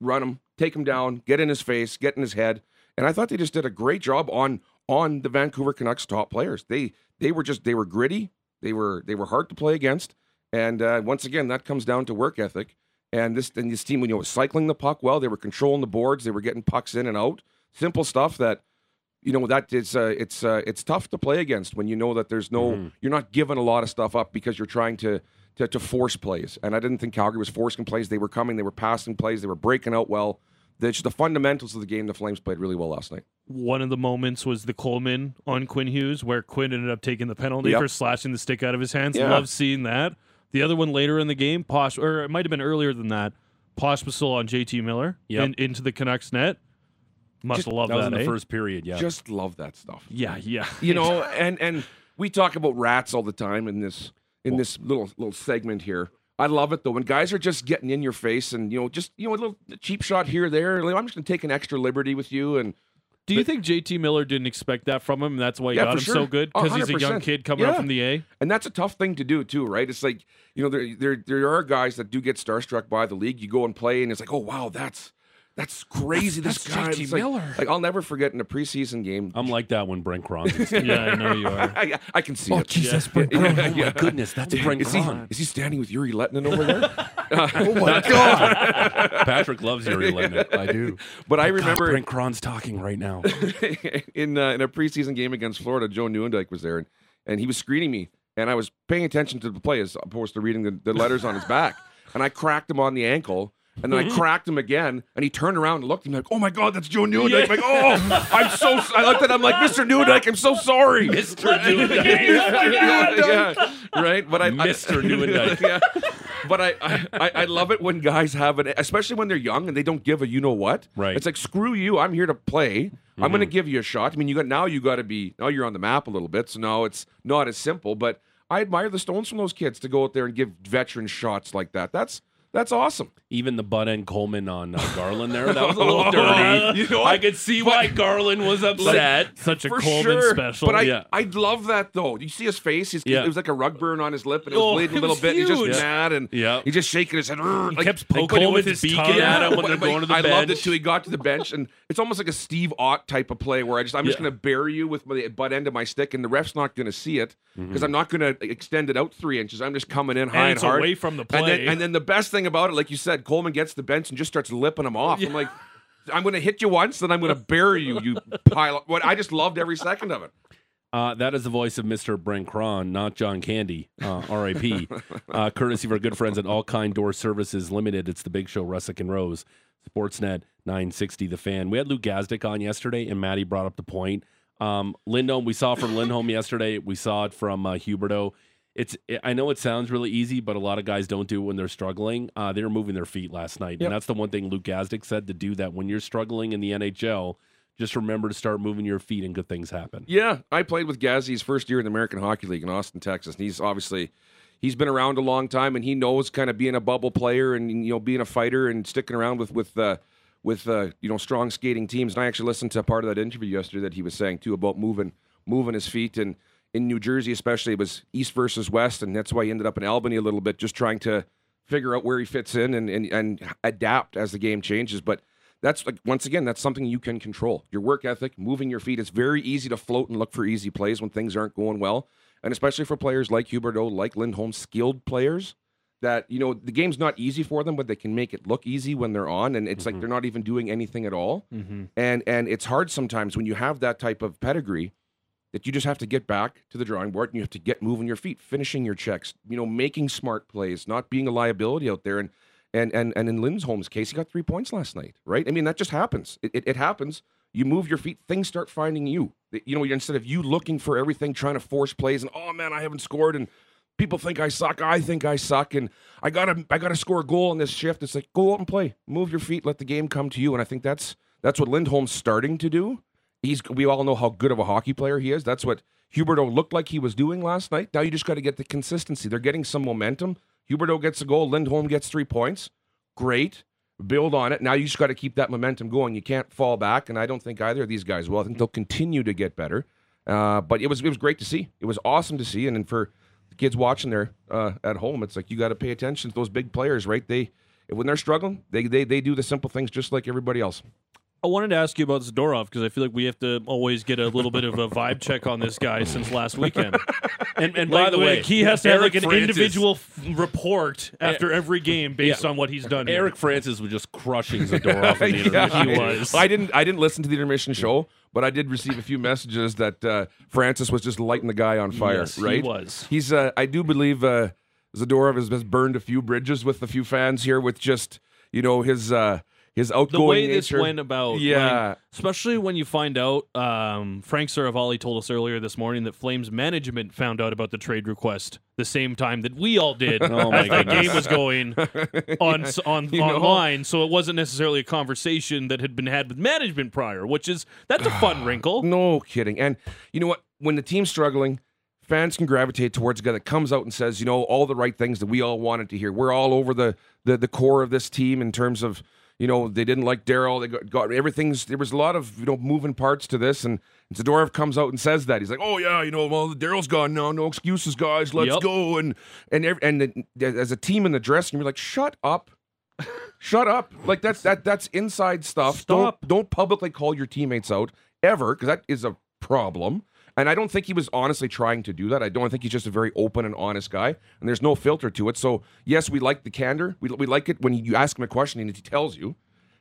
[SPEAKER 5] run him, take him down, get in his face, get in his head. And I thought they just did a great job on on the Vancouver Canucks top players. They they were just they were gritty. They were they were hard to play against. And uh, once again, that comes down to work ethic. And this and this team, when you know, was cycling the puck well, they were controlling the boards, they were getting pucks in and out. Simple stuff that you know that is uh, it's uh, it's tough to play against when you know that there's no you're not giving a lot of stuff up because you're trying to, to to force plays and I didn't think Calgary was forcing plays they were coming they were passing plays they were breaking out well the, just the fundamentals of the game the Flames played really well last night
[SPEAKER 3] one of the moments was the Coleman on Quinn Hughes, where Quinn ended up taking the penalty
[SPEAKER 5] Yep.
[SPEAKER 3] for slashing the stick out of his hands.
[SPEAKER 5] Yeah.
[SPEAKER 3] Love seeing that. The other one later in the game, Posh, or it might have been earlier than that, Posh was still on JT Miller
[SPEAKER 2] Yep.
[SPEAKER 3] in, into the Canucks net. Must love
[SPEAKER 2] that was
[SPEAKER 3] that.
[SPEAKER 2] in the
[SPEAKER 3] eh?
[SPEAKER 2] first period. Yeah,
[SPEAKER 5] just love that stuff
[SPEAKER 3] yeah,
[SPEAKER 5] <laughs>
[SPEAKER 3] yeah.
[SPEAKER 5] you know and and we talk about rats all the time in this in this little little segment here i love it though when guys are just getting in your face and you know just you know a little cheap shot here there like, i'm just going to take an extra liberty with you and
[SPEAKER 3] Do you think JT Miller didn't expect that from him? And that's why he
[SPEAKER 5] Yeah,
[SPEAKER 3] got
[SPEAKER 5] for
[SPEAKER 3] him so
[SPEAKER 5] sure.
[SPEAKER 3] good because he's a young
[SPEAKER 5] 100%.
[SPEAKER 3] kid coming up
[SPEAKER 5] Yeah.
[SPEAKER 3] from the
[SPEAKER 5] <laughs>
[SPEAKER 3] A.
[SPEAKER 5] And that's a tough thing to do too, right? It's like you know there there there are guys that do get starstruck by the league. You go and play, and it's like, oh wow, that's that's crazy. this guy, It's like, like I'll never forget in a preseason game.
[SPEAKER 2] I'm like that when Brent Cronk.
[SPEAKER 3] Yeah, I know you are.
[SPEAKER 5] I, I can see it.
[SPEAKER 2] oh,
[SPEAKER 5] <laughs>
[SPEAKER 2] Jesus, Brent Cronk! Oh my goodness, that's Brent
[SPEAKER 5] Is he,
[SPEAKER 2] Cronk.
[SPEAKER 5] is he standing with Yuri Letnin
[SPEAKER 2] <laughs>
[SPEAKER 5] over there?
[SPEAKER 4] Oh my god!
[SPEAKER 2] Patrick loves Yuri Lennon.
[SPEAKER 4] I do.
[SPEAKER 5] But
[SPEAKER 2] Oh,
[SPEAKER 5] I remember
[SPEAKER 2] Brent Cron's talking right now.
[SPEAKER 5] <laughs> in uh, in a preseason game against Florida, Joe Newendike was there, and, and he was screening me, and I was paying attention to the play as opposed to reading the, the letters on his back, and I cracked him on the ankle. And then I cracked him again, and he turned around and looked at me like, "Oh my God, that's Joe Newendike!" I'm like, "Oh, I'm so." s- I looked at him like, "Mr. Newendike, I'm so sorry, Mr. Newendike." yeah, right. But I,
[SPEAKER 2] Mr.
[SPEAKER 5] I,
[SPEAKER 2] Newendike.
[SPEAKER 5] <laughs> yeah. But I, I, I- I love it when guys have it, especially when they're young and they don't give a you know what.
[SPEAKER 2] Right. Mm-hmm.
[SPEAKER 5] It's like screw you. I'm here to play. I'm going to give you a shot. I mean, you got now. You got to be now. You're on the map a little bit, so now it's not as simple. But I admire the stones from those kids to go out there and give veteran shots like that. That's that's awesome.
[SPEAKER 2] Even the butt end Coleman on uh, Garland there, that was a
[SPEAKER 5] <laughs>
[SPEAKER 2] little dirty.
[SPEAKER 5] You know what?
[SPEAKER 2] I could see why Garland was upset.
[SPEAKER 3] Such a
[SPEAKER 5] For
[SPEAKER 3] Coleman
[SPEAKER 5] sure,
[SPEAKER 3] special.
[SPEAKER 5] but I
[SPEAKER 3] yeah.
[SPEAKER 5] I love that though. You see his face; his,
[SPEAKER 2] Yeah.
[SPEAKER 5] it was like a rug burn on his lip, and it was
[SPEAKER 3] Oh,
[SPEAKER 5] bleeding
[SPEAKER 3] it
[SPEAKER 5] a little
[SPEAKER 3] was
[SPEAKER 5] bit. He's just
[SPEAKER 3] huge.
[SPEAKER 5] mad, and
[SPEAKER 2] Yeah.
[SPEAKER 5] he's just shaking his head. He
[SPEAKER 3] kept poking him with his tongue at him when they're
[SPEAKER 5] but
[SPEAKER 3] going to the
[SPEAKER 5] I loved it
[SPEAKER 3] bench.
[SPEAKER 5] too. He got to the bench, and it's almost like a Steve Ott type of play where I just I'm just
[SPEAKER 3] Yeah.
[SPEAKER 5] going to bury you with my butt end of my stick, and the ref's not going to see it because I'm not going to extend it out three inches. I'm just coming in high and,
[SPEAKER 3] it's
[SPEAKER 5] hard
[SPEAKER 3] away from the
[SPEAKER 5] And
[SPEAKER 3] play.
[SPEAKER 5] then, and then the best thing about it, like you said, Coleman gets the bench and just starts lipping him off. I'm like. I'm going to hit you once, then I'm going to bury you,
[SPEAKER 3] <laughs>
[SPEAKER 5] you pile. of- What I just loved every second of it.
[SPEAKER 2] Uh, that is the voice of Mr. Brent Cron, not John Candy, uh, RIP, uh, courtesy of our good friends at All Kind Door Services Limited. It's the big show, Russick and Rose, Sportsnet 960, The Fan. We had Lou Gazdick on yesterday, and Maddie brought up the point. Um, Lindholm, we saw from Lindholm yesterday. We saw it from uh, Huberto. It's. I know it sounds really easy, but a lot of guys don't do it when they're struggling. Uh, they were moving their feet last night, and that's the one thing Luke Gazdick said to do. That when you're struggling in the NHL, just remember to start moving your feet, and good things happen.
[SPEAKER 5] Yeah, I played with Gazzy his first year in the American Hockey League in Austin, Texas, and he's obviously he's been around a long time, and he knows kind of being a bubble player and you know being a fighter and sticking around with with uh, with uh, you know strong skating teams. And I actually listened to part of that interview yesterday that he was saying too about moving moving his feet and in New Jersey especially it was East versus West, and that's why he ended up in Albany a little bit, just trying to figure out where he fits in and and, and adapt as the game changes, but that's like once again that's something you can control your work ethic moving your feet it's very easy to float and look for easy plays when things aren't going well and especially for players like huberto like lindholm skilled players that you know the game's not easy for them, but they can make it look easy when they're on, and it's like they're not even doing anything at all. And and it's hard sometimes when you have that type of pedigree that you just have to get back to the drawing board and you have to get moving your feet, finishing your checks, you know, making smart plays, not being a liability out there. And and and and in Lindholm's case, he got three points last night, right? I mean, that just happens. It, it, it happens. You move your feet, things start finding you. Th- You know, you're- instead of you looking for everything, trying to force plays, and oh man, I haven't scored, and people think I suck. I think I suck, and I gotta I gotta score a goal in this shift. It's like go out and play, move your feet, let the game come to you. And I think that's that's what Lindholm's starting to do. He's we all know how good of a hockey player he is. That's what Huberto looked like he was doing last night. Now you just got to get the consistency. They're getting some momentum. Huberto gets a goal. Lindholm gets three points. Great. Build on it. Now you just got to keep that momentum going. You can't fall back, and I don't think either of these guys will. I think they'll continue to get better. Uh, but it was it was great to see. It was awesome to see, and, then for the kids watching there uh, at home, it's like you got to pay attention to those big players, right? They when they're struggling, they they they do the simple things just like everybody else.
[SPEAKER 3] I wanted to ask you about Zadorov because I feel like we have to always get a little bit of a vibe check on this guy since last weekend.
[SPEAKER 2] <laughs> And, and
[SPEAKER 3] Like,
[SPEAKER 2] by the way,
[SPEAKER 3] like, he has to have
[SPEAKER 2] Eric
[SPEAKER 3] like an
[SPEAKER 2] Francis-
[SPEAKER 3] individual f- report after every game based
[SPEAKER 2] Yeah.
[SPEAKER 3] on what he's done. here.
[SPEAKER 2] Eric Francis was just
[SPEAKER 5] <laughs>
[SPEAKER 2] crushing Zadorov in the
[SPEAKER 3] <laughs>
[SPEAKER 2] interview.
[SPEAKER 5] Yeah,
[SPEAKER 3] He
[SPEAKER 5] I-
[SPEAKER 3] was.
[SPEAKER 5] I didn't. I didn't listen to the intermission show, but I did receive a few messages that uh, Francis was just lighting the guy on fire.
[SPEAKER 3] Yes, he
[SPEAKER 5] right?
[SPEAKER 3] was.
[SPEAKER 5] He's. Uh, I do believe uh, Zadorov has, has burned a few bridges with a few fans here, with just you know his uh, his outgoing
[SPEAKER 3] the way
[SPEAKER 5] nature.
[SPEAKER 3] this went about,
[SPEAKER 5] Yeah.
[SPEAKER 3] like, especially when you find out, um, Frank Saravalli told us earlier this morning that Flames management found out about the trade request the same time that we all did
[SPEAKER 5] <laughs>
[SPEAKER 2] Oh, my
[SPEAKER 3] as that
[SPEAKER 2] goodness.
[SPEAKER 3] game was going on s on
[SPEAKER 5] You know?
[SPEAKER 3] online. So it wasn't necessarily a conversation that had been had with management prior, which is that's a
[SPEAKER 5] <sighs>
[SPEAKER 3] fun wrinkle.
[SPEAKER 5] No kidding. And you know what? When the team's struggling, fans can gravitate towards a guy that comes out and says, you know, all the right things that we all wanted to hear. We're all over the the, the core of this team in terms of, you know, they didn't like Daryl. They got, got everything's. There was a lot of you know moving parts to this, and Zadorov comes out and says that he's like, oh yeah, you know, well Daryl's gone now, no excuses, guys, let's
[SPEAKER 3] Yep.
[SPEAKER 5] go. And and every, and the, as a team in the dressing room, you're like, shut up. Shut up! Like that's that that's inside stuff.
[SPEAKER 3] Stop.
[SPEAKER 5] Don't don't publicly call your teammates out ever because that is a problem. And I don't think he was honestly trying to do that. I don't I think he's just a very open and honest guy, and there's no filter to it. So yes, we like the candor. We we like it when you ask him a question and he tells you.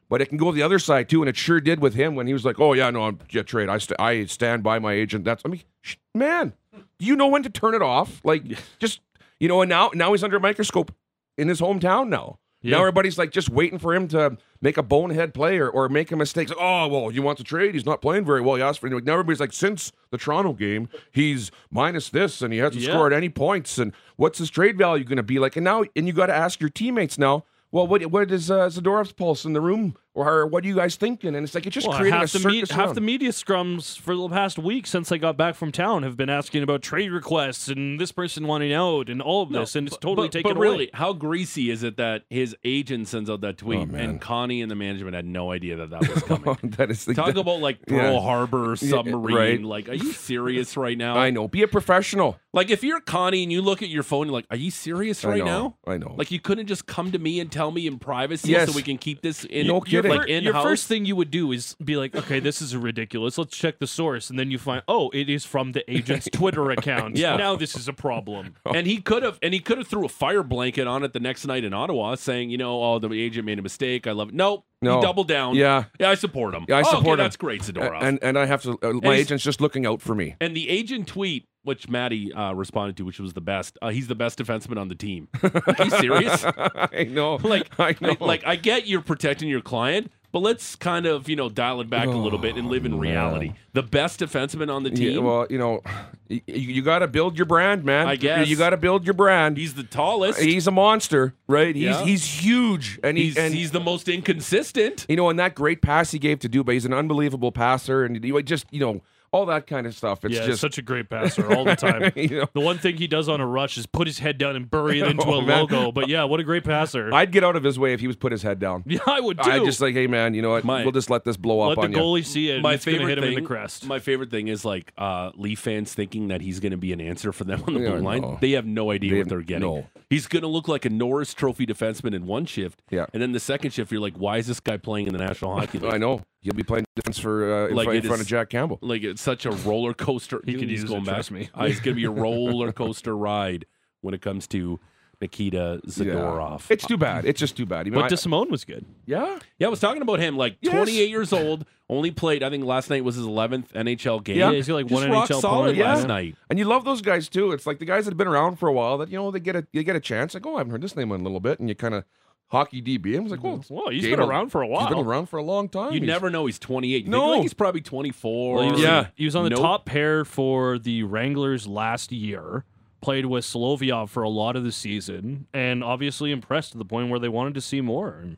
[SPEAKER 5] But it can go the other side too, and it sure did with him when he was like, "Oh yeah, no, I'm yeah, trade. I st- I stand by my agent." That's I mean, sh- man, you know when to turn it off. Like just you know, and now now he's under a microscope in his hometown now.
[SPEAKER 3] Yeah.
[SPEAKER 5] Now everybody's like just waiting for him to make a bonehead play or, or make a mistake. It's like, oh well, you want to trade? He's not playing very well. You asked for now everybody's like, since the Toronto game, he's minus this and he hasn't
[SPEAKER 3] Yeah.
[SPEAKER 5] scored any points. And what's his trade value going to be like? And now and you got to ask your teammates now. Well, what what is uh, Zadorov's pulse in the room, or what are you guys thinking? And it's like it just
[SPEAKER 3] Well,
[SPEAKER 5] created
[SPEAKER 3] half,
[SPEAKER 5] a
[SPEAKER 3] the me-
[SPEAKER 5] circus.
[SPEAKER 3] half
[SPEAKER 5] around.
[SPEAKER 3] the
[SPEAKER 5] <laughs>
[SPEAKER 3] media scrums for the past week since I got back from town have been asking about trade requests and this person wanting out and all of this, and it's totally
[SPEAKER 2] but,
[SPEAKER 3] taken
[SPEAKER 2] but
[SPEAKER 3] away.
[SPEAKER 2] really, how greasy is it that his agent sends out that
[SPEAKER 5] Oh,
[SPEAKER 2] tweet and Connie and the management had no idea that that was
[SPEAKER 5] <laughs>
[SPEAKER 2] coming?
[SPEAKER 5] that is the,
[SPEAKER 2] Talk
[SPEAKER 5] that-
[SPEAKER 2] about like
[SPEAKER 5] Yeah.
[SPEAKER 2] Pearl Harbor submarine.
[SPEAKER 5] right.
[SPEAKER 2] Like, are you serious right now?
[SPEAKER 5] I know. Be a professional.
[SPEAKER 2] Like, if you're Connie and you look at your phone, you're like, are you serious right
[SPEAKER 5] I know,
[SPEAKER 2] now?
[SPEAKER 5] I know.
[SPEAKER 2] Like, you couldn't just come to me and tell me in privacy so
[SPEAKER 5] Yes.
[SPEAKER 2] we can keep this in
[SPEAKER 5] No
[SPEAKER 2] your,
[SPEAKER 5] kidding.
[SPEAKER 2] like in
[SPEAKER 3] your
[SPEAKER 2] house.
[SPEAKER 3] first thing you would do is be like, okay, this is ridiculous. Let's check the source, and then you find, oh, it is from the
[SPEAKER 5] <laughs>
[SPEAKER 3] agent's Twitter account.
[SPEAKER 2] Yeah.
[SPEAKER 3] now this is a problem.
[SPEAKER 2] <laughs> And he could have, and he could have threw a fire blanket on it the next night in Ottawa, saying, you know, oh, the agent made a mistake. I love it. Nope.
[SPEAKER 5] No.
[SPEAKER 2] He doubled down.
[SPEAKER 5] Yeah.
[SPEAKER 2] Yeah, I support him.
[SPEAKER 5] Yeah, I
[SPEAKER 2] Oh, okay,
[SPEAKER 5] support him.
[SPEAKER 2] That's great, Zadorov.
[SPEAKER 5] And and I have to. Uh, my
[SPEAKER 2] he's-
[SPEAKER 5] agent's just looking out for me. <laughs>
[SPEAKER 2] And the agent tweet, which Maddie uh, responded to, which was the best. Uh, he's the best defenseman on the team. Like, Are you serious?
[SPEAKER 5] <laughs> I know.
[SPEAKER 2] like,
[SPEAKER 5] <laughs> I know.
[SPEAKER 2] I, like I get you're protecting your client, but let's kind of you know dial it back a little bit and live in reality. The best defenseman on the
[SPEAKER 5] Oh, Yeah,
[SPEAKER 2] team.
[SPEAKER 5] well, you know, you, you got to build your brand, man.
[SPEAKER 2] I
[SPEAKER 5] You-
[SPEAKER 2] guess.
[SPEAKER 5] you, got to build your brand. Uh,
[SPEAKER 2] he's the tallest.
[SPEAKER 5] he's a monster, right? He's
[SPEAKER 2] Yeah.
[SPEAKER 5] he's huge, and he,
[SPEAKER 2] he's,
[SPEAKER 5] and
[SPEAKER 2] he's the most inconsistent.
[SPEAKER 5] you know, and that great pass he gave to Duba, he's an unbelievable passer, and you just you know all that kind of stuff. It's
[SPEAKER 3] yeah,
[SPEAKER 5] just
[SPEAKER 3] such a great passer all the time.
[SPEAKER 5] <laughs> you know,
[SPEAKER 3] The one thing he does on a rush is put his head down and bury
[SPEAKER 5] <laughs>
[SPEAKER 3] it into a
[SPEAKER 5] Oh, man.
[SPEAKER 3] logo. But yeah, what a great passer.
[SPEAKER 5] I'd get out of his way if he was put his head down.
[SPEAKER 3] yeah, <laughs> I would too.
[SPEAKER 5] I just like, hey man, you know what?
[SPEAKER 2] My-
[SPEAKER 5] we'll just let this blow
[SPEAKER 3] Let
[SPEAKER 5] up
[SPEAKER 3] the
[SPEAKER 5] on you.
[SPEAKER 3] goalie see it. and
[SPEAKER 2] My
[SPEAKER 3] it's gonna
[SPEAKER 2] favorite
[SPEAKER 3] hit him
[SPEAKER 2] thing,
[SPEAKER 3] in the crest.
[SPEAKER 2] My favorite thing is like uh, Leaf fans thinking that he's going to be an answer for them <laughs> on the
[SPEAKER 5] Yeah,
[SPEAKER 2] blue line.
[SPEAKER 5] no.
[SPEAKER 2] They have no idea
[SPEAKER 5] They
[SPEAKER 2] what
[SPEAKER 5] have-
[SPEAKER 2] they're getting.
[SPEAKER 5] no.
[SPEAKER 2] He's going to look like a Norris Trophy defenseman in one shift,
[SPEAKER 5] Yeah.
[SPEAKER 2] and then the second shift, you're like, why is this guy playing in the
[SPEAKER 5] <laughs>
[SPEAKER 2] National Hockey League?
[SPEAKER 5] I know he'll be playing defense for uh, in,
[SPEAKER 2] Like,
[SPEAKER 5] front,
[SPEAKER 2] it
[SPEAKER 5] in front
[SPEAKER 2] is-
[SPEAKER 5] of Jack Campbell.
[SPEAKER 2] like it's such a roller coaster.
[SPEAKER 3] He
[SPEAKER 2] You
[SPEAKER 3] can
[SPEAKER 2] can just
[SPEAKER 3] use
[SPEAKER 2] go
[SPEAKER 3] it,
[SPEAKER 2] back.
[SPEAKER 3] <laughs> trust me.
[SPEAKER 2] Uh, it's gonna be a roller coaster ride when it comes to Nikita Zadorov.
[SPEAKER 5] It's too bad. It's just too bad. You know,
[SPEAKER 3] But
[SPEAKER 5] I-
[SPEAKER 3] DeSimone was good.
[SPEAKER 5] yeah.
[SPEAKER 2] Yeah, I was talking about him. Like
[SPEAKER 5] Yes.
[SPEAKER 2] 28 years old, only played. I think last night was his 11th NHL game.
[SPEAKER 3] Yeah, he's got, like,
[SPEAKER 2] Just
[SPEAKER 3] one
[SPEAKER 2] rock
[SPEAKER 3] NHL
[SPEAKER 2] solid
[SPEAKER 3] point, yeah.
[SPEAKER 2] last night.
[SPEAKER 5] Oh, And you love those guys too. It's like the guys that have been around for a while that you know they get a they get a chance. Like, oh, I haven't heard this name in a little bit, and you kind of hockey DB. I was like, well,
[SPEAKER 3] Well, he's
[SPEAKER 5] game
[SPEAKER 3] been
[SPEAKER 5] of-
[SPEAKER 3] around for a
[SPEAKER 5] He's
[SPEAKER 3] while.
[SPEAKER 5] been around for a long time.
[SPEAKER 2] You
[SPEAKER 5] He's-
[SPEAKER 2] never know. He's 28. You
[SPEAKER 5] No.
[SPEAKER 2] think, like, he's probably 24.
[SPEAKER 3] Well, he was,
[SPEAKER 5] Yeah.
[SPEAKER 3] he was on the
[SPEAKER 2] Nope.
[SPEAKER 3] top pair for the Wranglers last year. Played with Solovyov for a lot of the season, and obviously impressed to the point where they wanted to see more and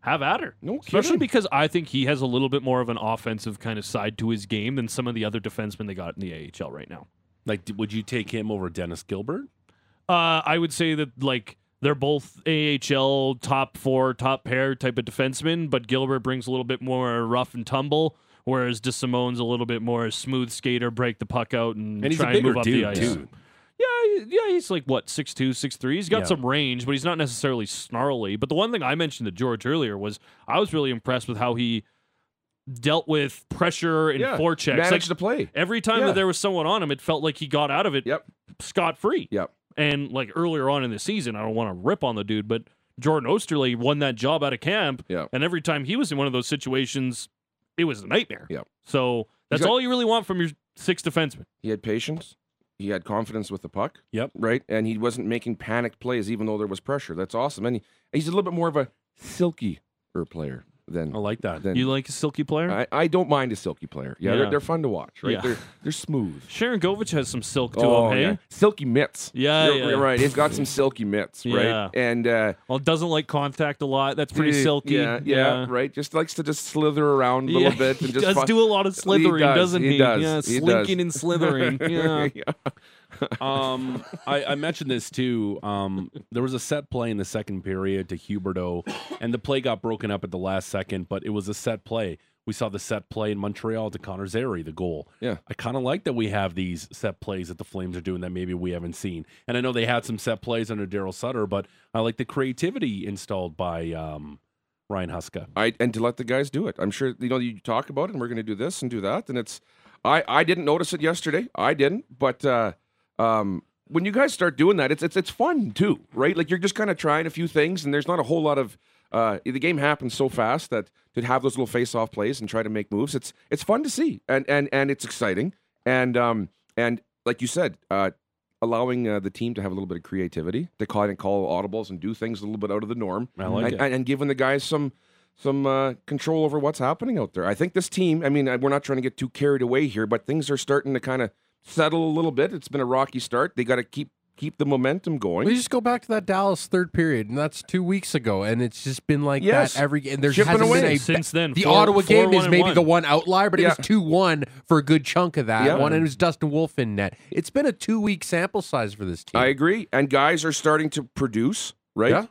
[SPEAKER 3] have at her.
[SPEAKER 5] No
[SPEAKER 3] Especially
[SPEAKER 5] kidding.
[SPEAKER 3] because I think he has a little bit more of an offensive kind of side to his game than some of the other defensemen they got in the AHL right now.
[SPEAKER 2] Like, d- would you take him over Dennis Gilbert?
[SPEAKER 3] Uh, I would say that like they're both AHL top four, top pair type of defensemen, but Gilbert brings a little bit more rough and tumble, whereas DeSimone's a little bit more smooth skater, break the puck out and,
[SPEAKER 2] And he's
[SPEAKER 3] try
[SPEAKER 2] a bigger
[SPEAKER 3] and move
[SPEAKER 2] dude,
[SPEAKER 3] up the ice.
[SPEAKER 2] too.
[SPEAKER 3] Yeah, yeah, he's like what six two, six three. He's got
[SPEAKER 2] Yeah.
[SPEAKER 3] some range, but he's not necessarily snarly. But the one thing I mentioned to George earlier was I was really impressed with how he dealt with pressure and
[SPEAKER 5] Yeah.
[SPEAKER 3] forechecks.
[SPEAKER 5] managed
[SPEAKER 3] Like,
[SPEAKER 5] to play.
[SPEAKER 3] every time
[SPEAKER 5] Yeah.
[SPEAKER 3] that there was someone on him, it felt like he got out of it
[SPEAKER 5] Yep.
[SPEAKER 3] scot free.
[SPEAKER 5] Yep.
[SPEAKER 3] And like earlier on in the season, I don't want to rip on the dude, but Jordan Osterley won that job out of camp.
[SPEAKER 5] Yep.
[SPEAKER 3] And every time he was in one of those situations, it was a nightmare.
[SPEAKER 5] Yep.
[SPEAKER 3] So that's
[SPEAKER 5] got-
[SPEAKER 3] all you really want from your six defenseman.
[SPEAKER 5] He had patience. He had confidence with the puck.
[SPEAKER 2] Yep.
[SPEAKER 5] Right, and he wasn't making panic plays even though there was pressure. That's awesome. And he, he's a little bit more of a silky player than
[SPEAKER 2] I like that.
[SPEAKER 5] than
[SPEAKER 3] You like a silky player?
[SPEAKER 5] I, I don't mind a silky player. Yeah,
[SPEAKER 3] Yeah.
[SPEAKER 5] They're, they're fun to watch, right?
[SPEAKER 3] Yeah.
[SPEAKER 5] They're they're smooth. Oh,
[SPEAKER 3] Sharon Govich has some silk <laughs> to him, hey?
[SPEAKER 5] yeah. silky mitts.
[SPEAKER 3] Yeah,
[SPEAKER 5] you're,
[SPEAKER 3] yeah.
[SPEAKER 5] you're right. He's got some silky mitts, right?
[SPEAKER 3] Yeah.
[SPEAKER 5] And uh,
[SPEAKER 3] Well, Oh, doesn't like contact a lot. That's pretty
[SPEAKER 5] yeah,
[SPEAKER 3] silky.
[SPEAKER 5] Yeah, yeah, right. Just likes to just slither around a little
[SPEAKER 3] Yeah, <laughs>
[SPEAKER 5] bit and
[SPEAKER 3] he
[SPEAKER 5] just
[SPEAKER 3] does
[SPEAKER 5] fi-
[SPEAKER 3] do a lot of slithering,
[SPEAKER 5] does,
[SPEAKER 3] not he?
[SPEAKER 5] he does,
[SPEAKER 3] yeah,
[SPEAKER 5] he does.
[SPEAKER 3] slinking and
[SPEAKER 5] <laughs>
[SPEAKER 3] slithering. Yeah.
[SPEAKER 5] Yeah.
[SPEAKER 2] um, I, I mentioned this too. Um, there was a set play in the second period to Huberto, and the play got broken up at the last second, but it was a set play. We saw the set play in Montreal to Connor Zary, the goal.
[SPEAKER 5] Yeah.
[SPEAKER 2] I kind of like that we have these set plays that the Flames are doing that maybe we haven't seen. And I know they had some set plays under Daryl Sutter, but I like the creativity installed by um, Ryan Huska.
[SPEAKER 5] I and to let the guys do it. I'm sure you know you talk about it, and we're going to do this and do that, and it's. I I didn't notice it yesterday. I didn't, but uh, um, when you guys start doing that, it's it's it's fun too, right? Like you're just kind of trying a few things, and there's not a whole lot of. Uh, the game happens so fast that to have those little face-off plays and try to make moves, it's it's fun to see, and and and it's exciting, and um and like you said, uh, allowing uh, the team to have a little bit of creativity to call and call audibles and do things a little bit out of the norm,
[SPEAKER 2] I like
[SPEAKER 5] and,
[SPEAKER 2] it.
[SPEAKER 5] and, and giving the guys some some uh, control over what's happening out there. I think this team. I mean, I- we're not trying to get too carried away here, but things are starting to kind of settle a little bit. It's been a rocky start. They got to keep keep the momentum going.
[SPEAKER 4] We just go back to that Dallas third period, and that's two weeks ago, and it's just been like
[SPEAKER 5] Yes.
[SPEAKER 4] that every game. There's
[SPEAKER 5] Chipping
[SPEAKER 4] hasn't been
[SPEAKER 5] away.
[SPEAKER 4] a
[SPEAKER 3] Since then,
[SPEAKER 4] The
[SPEAKER 3] four-
[SPEAKER 4] Ottawa
[SPEAKER 3] four,
[SPEAKER 4] game
[SPEAKER 3] one,
[SPEAKER 4] is
[SPEAKER 3] and
[SPEAKER 4] maybe
[SPEAKER 3] one.
[SPEAKER 4] the one outlier, but it
[SPEAKER 5] Yeah.
[SPEAKER 4] was two one for a good chunk of that
[SPEAKER 5] Yeah.
[SPEAKER 4] one, and it was Dustin Wolf in net. It's been a two week sample size for this team.
[SPEAKER 5] I agree. And guys are starting to produce, right?
[SPEAKER 4] Yeah.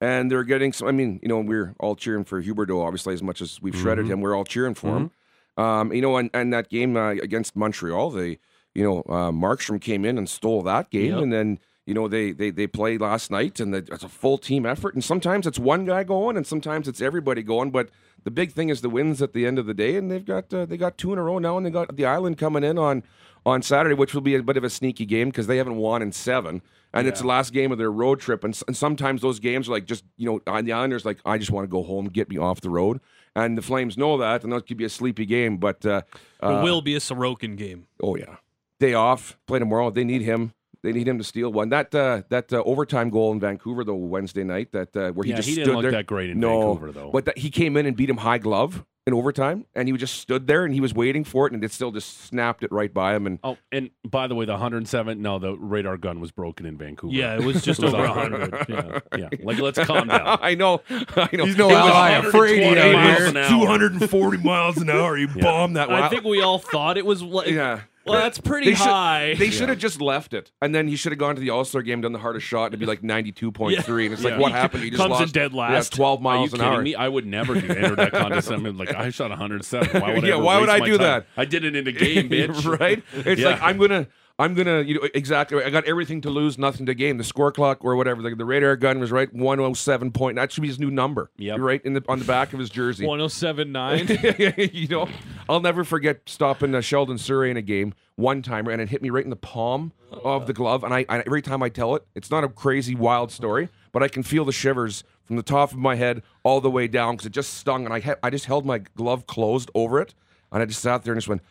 [SPEAKER 5] And they're getting some. I mean, you know, we're all cheering for Huberto, obviously, as much as we've shredded
[SPEAKER 2] Mm-hmm.
[SPEAKER 5] him. We're all cheering for him. Um, you know, and, and that game uh, against Montreal, they, you know, uh, Markstrom came in and stole that game. And then, you know, they they they played last night and it- it's a full team effort. And sometimes it's one guy going and sometimes it's everybody going. But the big thing is the wins at the end of the day. And they've got uh, they got two in a row now and they got the island coming in on on Saturday, which will be a bit of a sneaky game because they haven't won in seven, and it's the last game of their road trip. And, s- and sometimes those games are like just you know on the Islanders, like I just want to go home, get me off the road, and the Flames know that, and that could be a sleepy game. But uh, uh,
[SPEAKER 3] It will be a Sorokin game.
[SPEAKER 5] oh yeah, day off, play tomorrow. They need him. They need him to steal one. That uh, that uh, overtime goal in Vancouver though Wednesday night that uh, where he
[SPEAKER 2] yeah,
[SPEAKER 5] just
[SPEAKER 2] he didn't
[SPEAKER 5] stood
[SPEAKER 2] look
[SPEAKER 5] there.
[SPEAKER 2] that great in
[SPEAKER 5] no,
[SPEAKER 2] Vancouver, though.
[SPEAKER 5] but that, he came in and beat him high glove in overtime, and he just stood there and he was waiting for it, and it still just snapped it right by him. And
[SPEAKER 2] Oh, and by the way, the 107, no, the radar gun was broken in Vancouver.
[SPEAKER 3] Yeah, it was <laughs> just
[SPEAKER 2] It was
[SPEAKER 3] over
[SPEAKER 2] on-
[SPEAKER 3] 100. Yeah.
[SPEAKER 2] Yeah, like
[SPEAKER 5] <laughs>
[SPEAKER 2] let's calm down.
[SPEAKER 5] I know. I know.
[SPEAKER 4] He's no
[SPEAKER 3] Oh,
[SPEAKER 5] It was
[SPEAKER 4] ally,
[SPEAKER 5] hard.
[SPEAKER 4] afraid he
[SPEAKER 2] 120
[SPEAKER 4] out
[SPEAKER 2] miles
[SPEAKER 4] here.
[SPEAKER 2] an hour.
[SPEAKER 5] 240 miles an hour. You bombed that
[SPEAKER 3] I think we all thought it was like,
[SPEAKER 5] Yeah.
[SPEAKER 3] well, that's pretty
[SPEAKER 5] They should-
[SPEAKER 3] high.
[SPEAKER 5] They should have just left it, and then he should have gone to the All Star game, done the hardest shot, and it'd be like ninety two point three, and it's like,
[SPEAKER 2] Yeah.
[SPEAKER 5] what
[SPEAKER 2] He
[SPEAKER 5] happened? He just
[SPEAKER 3] comes in
[SPEAKER 5] lost
[SPEAKER 3] dead last.
[SPEAKER 5] Yeah, twelve
[SPEAKER 2] Are you
[SPEAKER 5] miles an
[SPEAKER 2] kidding
[SPEAKER 5] hour.
[SPEAKER 2] me? I would never do enter that contest. I mean, like I shot 107. Why would I?
[SPEAKER 5] <laughs> Yeah,
[SPEAKER 2] ever
[SPEAKER 5] why would
[SPEAKER 2] waste
[SPEAKER 5] I
[SPEAKER 2] my
[SPEAKER 5] do
[SPEAKER 2] time?
[SPEAKER 5] <laughs> that?
[SPEAKER 2] I did it in a game, bitch.
[SPEAKER 5] right? It's
[SPEAKER 2] Yeah.
[SPEAKER 5] like I'm gonna. I'm gonna, you know, exactly. I got everything to lose, nothing to gain. The score clock or whatever, the, the radar gun was right, 107 point. That should be his new number.
[SPEAKER 2] Yep.
[SPEAKER 5] You're right in the on the back of his jersey. <laughs>
[SPEAKER 3] 1079.
[SPEAKER 5] you know, I'll never forget stopping uh, Sheldon Surrey in a game one timer, and it hit me right in the palm of the glove. And I, I every time I tell it, it's not a crazy wild story, but I can feel the shivers from the top of my head all the way down because it just stung. And I had I just held my glove closed over it, and I just sat there and just went.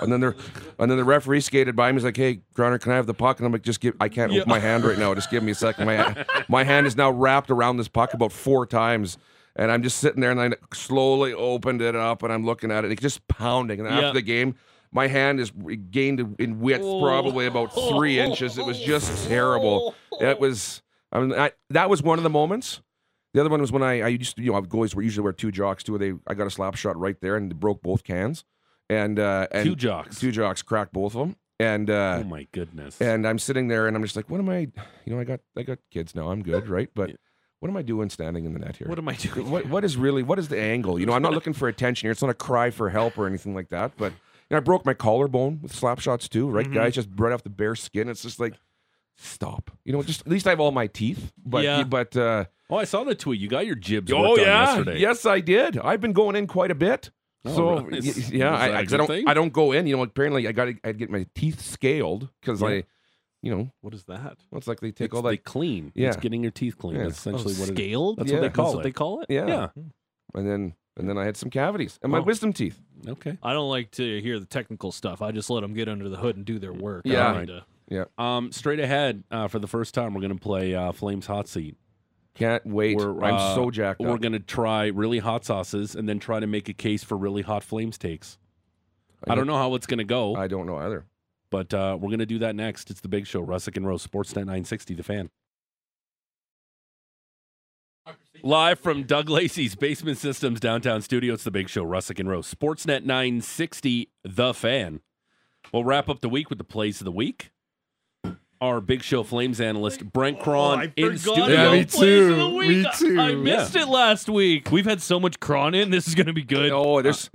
[SPEAKER 5] And then there, and then the referee skated by me. He's like, "Hey, Crowner, can I have the puck?" And I'm like, "Just give. I can't with my hand right now. Just give me a second. My hand- my hand is now wrapped around this puck about four times." And I'm just sitting there, and I slowly opened it up, and I'm looking at it. It's just pounding. And
[SPEAKER 3] Yeah.
[SPEAKER 5] after the game, my hand is it gained in width, probably about three inches. It was just terrible. It was. I mean, I, that was one of the moments. The other one was when I, I used to, you know, I would always wear- usually wear two jocks. Two of they, I got a slap shot right there, and broke both cans. And, uh, and
[SPEAKER 2] Two jocks.
[SPEAKER 5] two jocks cracked both of them and uh
[SPEAKER 2] Oh
[SPEAKER 3] Hmm.
[SPEAKER 2] my goodness.
[SPEAKER 5] and i'm sitting there and i'm just like what am i you know i got i got kids now i'm good right but what am i doing standing in the net here
[SPEAKER 3] What am I doing?
[SPEAKER 5] what, what is really what is the angle you know i'm not looking for attention here it's not a cry for help or anything like that but you know, i broke my collarbone with slap shots too
[SPEAKER 3] Mm-hmm.
[SPEAKER 5] right guys just right off the bare skin it's just like stop you know just at least i have all my teeth but
[SPEAKER 3] Yeah.
[SPEAKER 5] but uh
[SPEAKER 2] oh, I saw the tweet. You got your jibs.
[SPEAKER 5] Oh
[SPEAKER 2] worked on
[SPEAKER 5] yeah,
[SPEAKER 2] yesterday.
[SPEAKER 5] yes I did. I've been going in quite a bit.
[SPEAKER 2] Oh,
[SPEAKER 5] so
[SPEAKER 2] right.
[SPEAKER 5] y-
[SPEAKER 2] Is- is
[SPEAKER 5] yeah,
[SPEAKER 2] that
[SPEAKER 5] I,
[SPEAKER 2] a
[SPEAKER 5] 'cause
[SPEAKER 2] good
[SPEAKER 5] I don't
[SPEAKER 2] thing?
[SPEAKER 5] I don't go in. You know, apparently I got to I'd get my teeth scaled because I, you know,
[SPEAKER 3] What is that?
[SPEAKER 5] well, it's like they take
[SPEAKER 2] It's
[SPEAKER 5] all
[SPEAKER 2] the
[SPEAKER 5] that
[SPEAKER 2] clean.
[SPEAKER 5] Yeah.
[SPEAKER 2] It's getting your teeth clean.
[SPEAKER 5] Yeah.
[SPEAKER 2] That's essentially
[SPEAKER 3] oh,
[SPEAKER 2] what it is.
[SPEAKER 3] scaled?
[SPEAKER 2] That's
[SPEAKER 5] Yeah.
[SPEAKER 2] what they
[SPEAKER 5] That's
[SPEAKER 2] call
[SPEAKER 3] That's
[SPEAKER 2] it.
[SPEAKER 3] what they call it?
[SPEAKER 5] yeah.
[SPEAKER 2] Yeah.
[SPEAKER 5] and then and then I had some cavities and my
[SPEAKER 3] Oh.
[SPEAKER 5] wisdom teeth.
[SPEAKER 2] Okay.
[SPEAKER 3] I don't like to hear the technical stuff. I just let them get under the hood and do their work. I
[SPEAKER 5] Yeah.
[SPEAKER 3] don't need to-
[SPEAKER 2] Um, straight ahead uh, for the first time, we're gonna play uh, Flames Hot Seat.
[SPEAKER 5] Can't wait.
[SPEAKER 2] We're, uh,
[SPEAKER 5] I'm so jacked
[SPEAKER 2] We're
[SPEAKER 5] up.
[SPEAKER 2] gonna try really hot sauces and then try to make a case for really hot Flames takes. I don't know how it's gonna go,
[SPEAKER 5] I don't know either.
[SPEAKER 2] but uh, we're gonna do that next. It's the Big Show, Russick and Rose, Sportsnet 960, The Fan. Live from Doug Lacey's Basement Systems downtown studio, it's the Big Show, Russick and Rose, Sportsnet 960, The Fan. We'll wrap up the week with the plays of the week. Our Big Show Flames analyst Brent Cron in studio.
[SPEAKER 4] about Yeah, me
[SPEAKER 3] plays of the
[SPEAKER 4] too.
[SPEAKER 3] week.
[SPEAKER 4] Me
[SPEAKER 3] I-
[SPEAKER 4] too.
[SPEAKER 3] I missed it last week. We've had so much Cron in. This is going to be good.
[SPEAKER 2] uh,
[SPEAKER 5] Oh, there's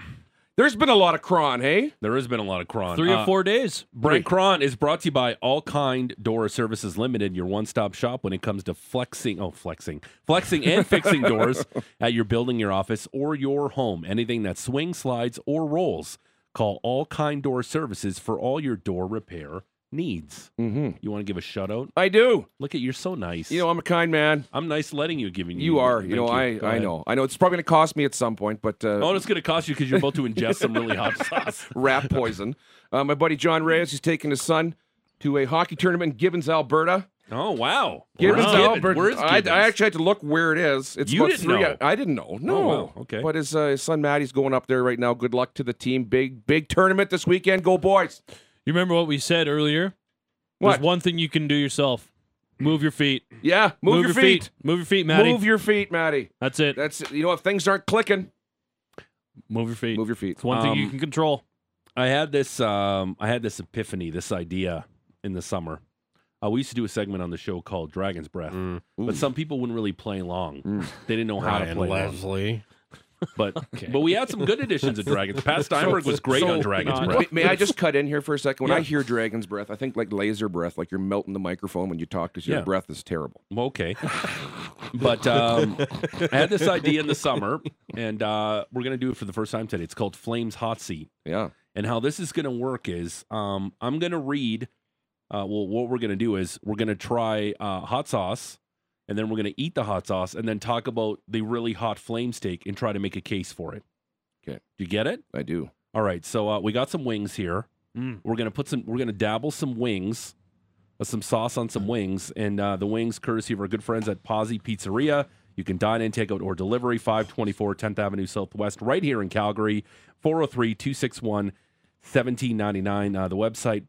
[SPEAKER 5] there's been a lot of cron, hey.
[SPEAKER 2] There has been a lot of Cron.
[SPEAKER 3] Three
[SPEAKER 2] Uh,
[SPEAKER 3] or four days.
[SPEAKER 2] Brent Cron is brought to you by All Kind Door Services Limited, your one-stop shop when it comes to flexing, oh flexing, flexing
[SPEAKER 5] <laughs>
[SPEAKER 2] and fixing doors at your building, your office, or your home. Anything that swings, slides, or rolls, call All Kind Door Services for all your door repair needs.
[SPEAKER 5] Mm-hmm.
[SPEAKER 2] You want to give a shout out?
[SPEAKER 5] I do.
[SPEAKER 2] Look at you're so nice.
[SPEAKER 5] You know, I'm a kind man.
[SPEAKER 2] I'm nice letting you giving you.
[SPEAKER 5] You are. You
[SPEAKER 2] Mm, Thank
[SPEAKER 5] know, I
[SPEAKER 2] Go
[SPEAKER 5] I
[SPEAKER 2] ahead.
[SPEAKER 5] know. I know it's probably gonna cost me at some point, but uh,
[SPEAKER 2] Oh, it's going to cost you because you're about to ingest some really
[SPEAKER 5] <laughs>
[SPEAKER 2] hot sauce.
[SPEAKER 5] rat poison. Uh, my buddy John Reyes, he's taking his son to a hockey tournament in Gibbons, Alberta.
[SPEAKER 2] Oh wow,
[SPEAKER 5] Gibbons,
[SPEAKER 2] Where's Gibbons?
[SPEAKER 5] Alberta.
[SPEAKER 2] Where's
[SPEAKER 5] I,
[SPEAKER 2] Gibbons?
[SPEAKER 5] I actually had to look where it is. It's
[SPEAKER 2] You
[SPEAKER 5] about
[SPEAKER 2] didn't
[SPEAKER 5] three.
[SPEAKER 2] know. Oh,
[SPEAKER 5] I didn't know. No.
[SPEAKER 2] wow. Okay.
[SPEAKER 5] But his, uh, his son Matty's going up there right now. Good luck to the team. Big big tournament this weekend. Go boys.
[SPEAKER 3] You remember what we said earlier?
[SPEAKER 5] What?
[SPEAKER 3] There's one thing you can do yourself. Move your feet.
[SPEAKER 5] Yeah. Move, your, feet.
[SPEAKER 3] Move your feet, Maddie.
[SPEAKER 5] Move your feet, Matty.
[SPEAKER 3] That's it.
[SPEAKER 5] That's you know if things aren't clicking,
[SPEAKER 3] Move your feet.
[SPEAKER 5] move your feet.
[SPEAKER 3] It's one thing you
[SPEAKER 2] Um,
[SPEAKER 3] can control.
[SPEAKER 2] I had this um I had this epiphany, this idea in the summer. Uh, we used to do a segment on the show called Dragon's Breath, but some people wouldn't really play along. They didn't know how to
[SPEAKER 4] Ryan
[SPEAKER 2] play along.
[SPEAKER 4] Leslie.
[SPEAKER 2] But but we had some good editions of Dragons. Pat Steinberg was great
[SPEAKER 5] so
[SPEAKER 2] on Dragon's
[SPEAKER 3] not-
[SPEAKER 2] Breath.
[SPEAKER 5] May I just cut in here for a second? When I
[SPEAKER 2] Yeah.
[SPEAKER 5] hear dragon's breath, I think like laser breath, like you're melting the microphone when you talk because your
[SPEAKER 2] Yeah.
[SPEAKER 5] breath is terrible.
[SPEAKER 2] Well, Okay, but um, I had this idea in the summer, and uh, we're gonna do it for the first time today. It's called Flames Hot Seat.
[SPEAKER 5] Yeah.
[SPEAKER 2] And how this is going to work is um, I'm going to read. Uh, well, what we're going to do is we're going to try uh, hot sauce, and then we're going to eat the hot sauce, and then talk about the really hot flame steak and try to make a case for it.
[SPEAKER 5] Okay.
[SPEAKER 2] Do you get it?
[SPEAKER 5] I do.
[SPEAKER 2] All right. So uh, we got some wings here.
[SPEAKER 3] Mm.
[SPEAKER 2] We're going to put some. We're going to dabble some wings, uh, some sauce on some wings, and uh, the wings courtesy of our good friends at Posse Pizzeria. You can dine in, take out, or delivery, 524 10th Avenue Southwest, right here in Calgary, 403 261 1799. Uh, the website,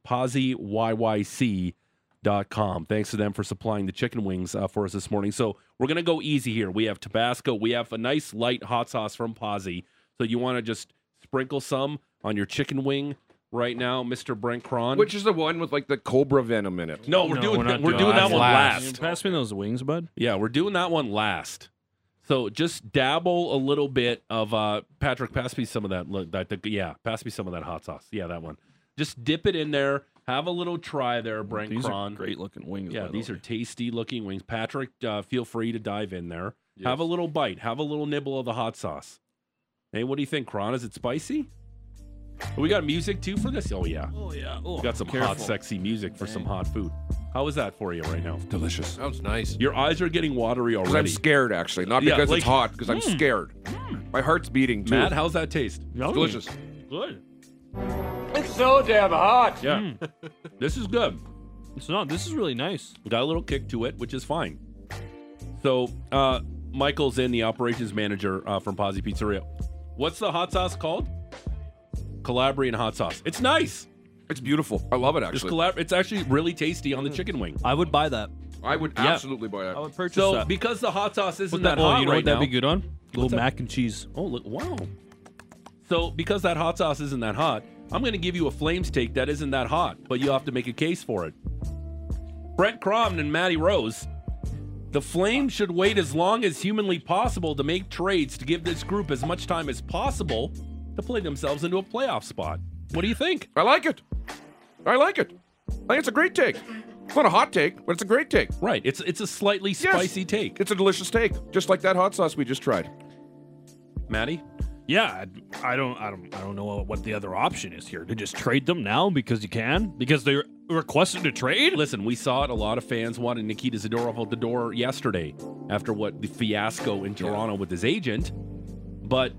[SPEAKER 2] posseyyc.com. Thanks to them for supplying the chicken wings uh, for us this morning. So we're going to go easy here. We have Tabasco. We have a nice light hot sauce from Posse. So you want to just sprinkle some on your chicken wing right now, Mr. Brent Cron?
[SPEAKER 5] Which is the one with like the cobra venom in it.
[SPEAKER 2] no, we're
[SPEAKER 3] No,
[SPEAKER 2] doing
[SPEAKER 3] Oh, we're
[SPEAKER 2] that,
[SPEAKER 3] not
[SPEAKER 2] we're
[SPEAKER 3] doing
[SPEAKER 2] doing
[SPEAKER 4] that.
[SPEAKER 2] that one
[SPEAKER 4] Last.
[SPEAKER 2] last.
[SPEAKER 3] Pass me those wings, bud.
[SPEAKER 2] Yeah, we're doing that one last. So just dabble a little bit of uh Patrick. Pass me some of that. Look, that the, yeah, pass me some of that hot sauce. Yeah, that one. Just dip it in there. Have a little try there, Brent
[SPEAKER 3] These
[SPEAKER 2] Cron.
[SPEAKER 3] are great looking wings.
[SPEAKER 2] Yeah,
[SPEAKER 3] by the
[SPEAKER 2] these
[SPEAKER 3] way.
[SPEAKER 2] are tasty looking wings. Patrick, uh, feel free to dive in there. Have a little bite. Have a little nibble of the hot sauce. Hey, what do you think, Kron? Is it spicy? We got music too for this. Oh yeah,
[SPEAKER 3] Oh yeah.
[SPEAKER 2] we
[SPEAKER 3] Oh,
[SPEAKER 2] got some hot,
[SPEAKER 3] careful.
[SPEAKER 2] sexy music for some hot food. How is that for you right now?
[SPEAKER 5] Delicious.
[SPEAKER 4] Sounds nice.
[SPEAKER 2] Your eyes are getting watery
[SPEAKER 5] Because I'm
[SPEAKER 2] already.
[SPEAKER 5] scared, actually. Not
[SPEAKER 2] Yeah,
[SPEAKER 5] because
[SPEAKER 2] like- Hmm.
[SPEAKER 5] it's hot, because I'm scared. My heart's beating, too.
[SPEAKER 2] Matt, how's that taste?
[SPEAKER 3] Yummy.
[SPEAKER 5] Delicious.
[SPEAKER 3] Good.
[SPEAKER 2] Yeah, this is good.
[SPEAKER 3] It's not. This is really nice.
[SPEAKER 2] Got a little kick to it, which is fine. So, uh, Michael's in the operations manager uh, from Posse Pizzeria. What's the hot sauce called? Calabrian hot sauce. It's nice.
[SPEAKER 5] It's beautiful. I love it,
[SPEAKER 2] It's,
[SPEAKER 5] actually.
[SPEAKER 2] collab- it's actually really tasty on the chicken wing.
[SPEAKER 6] I would buy that.
[SPEAKER 5] I would
[SPEAKER 2] Yeah.
[SPEAKER 5] absolutely buy that.
[SPEAKER 6] I would purchase
[SPEAKER 2] So
[SPEAKER 6] that.
[SPEAKER 2] because the hot sauce isn't
[SPEAKER 3] Put
[SPEAKER 2] that,
[SPEAKER 3] that, oh,
[SPEAKER 2] hot
[SPEAKER 3] you know
[SPEAKER 2] right
[SPEAKER 3] what
[SPEAKER 2] now.
[SPEAKER 3] that'd be good on?
[SPEAKER 6] little mac and cheese.
[SPEAKER 2] Oh look, wow. So because that hot sauce isn't that hot, I'm going to give you a flame steak that isn't that hot, but you have to make a case for it. Brett Crom and Matty Rose. The flame should wait as long as humanly possible to make trades to give this group as much time as possible to play themselves into a playoff spot. What do you think?
[SPEAKER 5] I like it. I like it. I think it's a great take. It's not a hot take, but it's a great take.
[SPEAKER 2] Right, it's it's a slightly
[SPEAKER 5] Yes.
[SPEAKER 2] spicy take.
[SPEAKER 5] It's a delicious take, just like that hot sauce we just tried.
[SPEAKER 2] Matty,
[SPEAKER 3] Yeah, I I don't, I don't, I don't know what the other option is here. To just trade them now because you can, because they requested to trade.
[SPEAKER 2] Listen, we saw it. A lot of fans wanted Nikita Zadorov out the door yesterday after what the fiasco in Toronto with his agent. But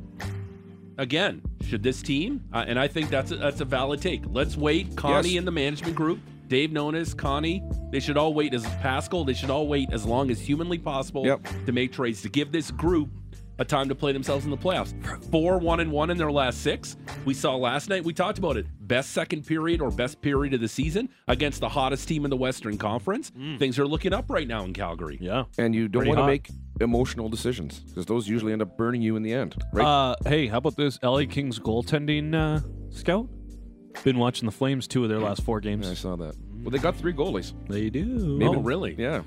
[SPEAKER 2] again, should this team? Uh, and I think that's a, that's a valid take. Let's wait. Connie
[SPEAKER 5] Yes.
[SPEAKER 2] and the management group, Dave Nonis, Connie, they should all wait as Pascal. They should all wait as long as humanly possible
[SPEAKER 5] Yep.
[SPEAKER 2] to make trades to give this group a time to play themselves in the playoffs. Four one and one in their last six. We saw last night. We talked about it. Best second period or best period of the season against the hottest team in the Western Conference. Things are looking up right now in Calgary.
[SPEAKER 3] Yeah,
[SPEAKER 5] And you don't
[SPEAKER 3] Pretty
[SPEAKER 5] want to
[SPEAKER 3] hot.
[SPEAKER 5] make emotional decisions because those usually end up burning you in the end, right?
[SPEAKER 3] Uh, hey, how about this LA Kings goaltending uh, scout? Been watching the Flames two of their last four
[SPEAKER 5] Yeah, I
[SPEAKER 3] games.
[SPEAKER 5] saw that. Well, they got three goalies.
[SPEAKER 3] They do.
[SPEAKER 2] Oh, really?
[SPEAKER 5] Yeah.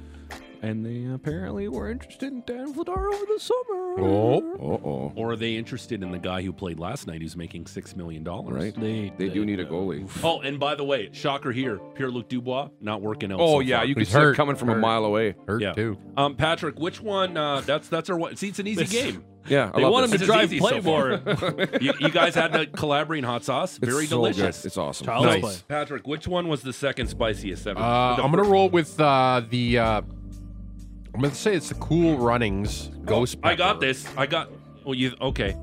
[SPEAKER 3] And they apparently were interested in Dan Vladar over the summer.
[SPEAKER 4] Oh,
[SPEAKER 5] Uh oh.
[SPEAKER 2] Or are they interested in the guy who played last night who's making $6 million?
[SPEAKER 5] Right.
[SPEAKER 3] They
[SPEAKER 5] They do need a goalie.
[SPEAKER 2] Oh, and by the way, shocker here, Pierre-Luc Dubois not working out.
[SPEAKER 5] Oh
[SPEAKER 2] so
[SPEAKER 5] yeah,
[SPEAKER 2] far.
[SPEAKER 5] you could
[SPEAKER 4] He's
[SPEAKER 5] see it
[SPEAKER 4] hurt.
[SPEAKER 5] coming from a
[SPEAKER 4] Hurt.
[SPEAKER 5] mile away.
[SPEAKER 4] hurt
[SPEAKER 2] Yeah.
[SPEAKER 4] too.
[SPEAKER 2] Um, Patrick, which one? Uh, that's that's our one. See, it's an easy game.
[SPEAKER 5] Yeah, I
[SPEAKER 3] They
[SPEAKER 5] love
[SPEAKER 3] want
[SPEAKER 5] this.
[SPEAKER 3] him to
[SPEAKER 2] This is
[SPEAKER 3] drive
[SPEAKER 2] easy
[SPEAKER 3] play
[SPEAKER 2] so far.
[SPEAKER 3] more.
[SPEAKER 5] <laughs>
[SPEAKER 2] you, you guys had the Calabrian hot sauce,
[SPEAKER 5] It's
[SPEAKER 2] very
[SPEAKER 5] so good.
[SPEAKER 2] delicious.
[SPEAKER 5] It's awesome.
[SPEAKER 3] Child's
[SPEAKER 4] Nice.
[SPEAKER 3] play.
[SPEAKER 2] Patrick, which one was the second spiciest? Seven.
[SPEAKER 4] Uh, I'm gonna roll with uh, the. Uh, I'm gonna say it's the Cool Runnings Ghost.
[SPEAKER 2] I got
[SPEAKER 4] Pepper.
[SPEAKER 2] this. I got. Well, you okay?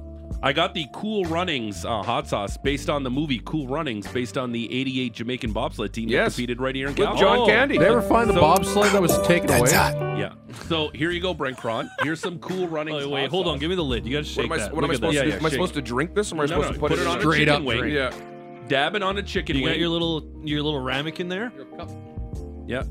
[SPEAKER 2] I got the Cool Runnings uh, hot sauce based on the movie Cool Runnings, based on the '88 Jamaican bobsled team that
[SPEAKER 5] Yes.
[SPEAKER 2] competed right here in
[SPEAKER 5] With
[SPEAKER 2] Calgary.
[SPEAKER 5] John
[SPEAKER 2] Oh.
[SPEAKER 5] Candy.
[SPEAKER 4] Did they ever find the
[SPEAKER 2] So-
[SPEAKER 4] bobsled that was taken away?
[SPEAKER 2] Yeah. So here you go, Brent Cron. Here's some Cool Runnings.
[SPEAKER 3] Oh, <laughs> wait,
[SPEAKER 2] hot
[SPEAKER 3] hold
[SPEAKER 2] sauce.
[SPEAKER 3] on. Give me the lid. You gotta
[SPEAKER 5] What
[SPEAKER 3] shake
[SPEAKER 5] am I,
[SPEAKER 3] that.
[SPEAKER 5] what am
[SPEAKER 3] Look
[SPEAKER 5] I
[SPEAKER 3] at
[SPEAKER 5] supposed
[SPEAKER 2] that.
[SPEAKER 5] to? do?
[SPEAKER 2] Yeah, yeah,
[SPEAKER 5] am I
[SPEAKER 2] shake
[SPEAKER 5] supposed to drink this? Or am I
[SPEAKER 2] No,
[SPEAKER 5] supposed
[SPEAKER 2] no,
[SPEAKER 5] to put, it,
[SPEAKER 2] on a
[SPEAKER 5] in
[SPEAKER 4] Straight
[SPEAKER 2] chicken
[SPEAKER 4] up
[SPEAKER 2] wing.
[SPEAKER 5] a-
[SPEAKER 4] drink.
[SPEAKER 5] Yeah.
[SPEAKER 2] Dab it on a chicken
[SPEAKER 3] that. You
[SPEAKER 2] wing.
[SPEAKER 3] got your little your little ramekin there.
[SPEAKER 2] yeah.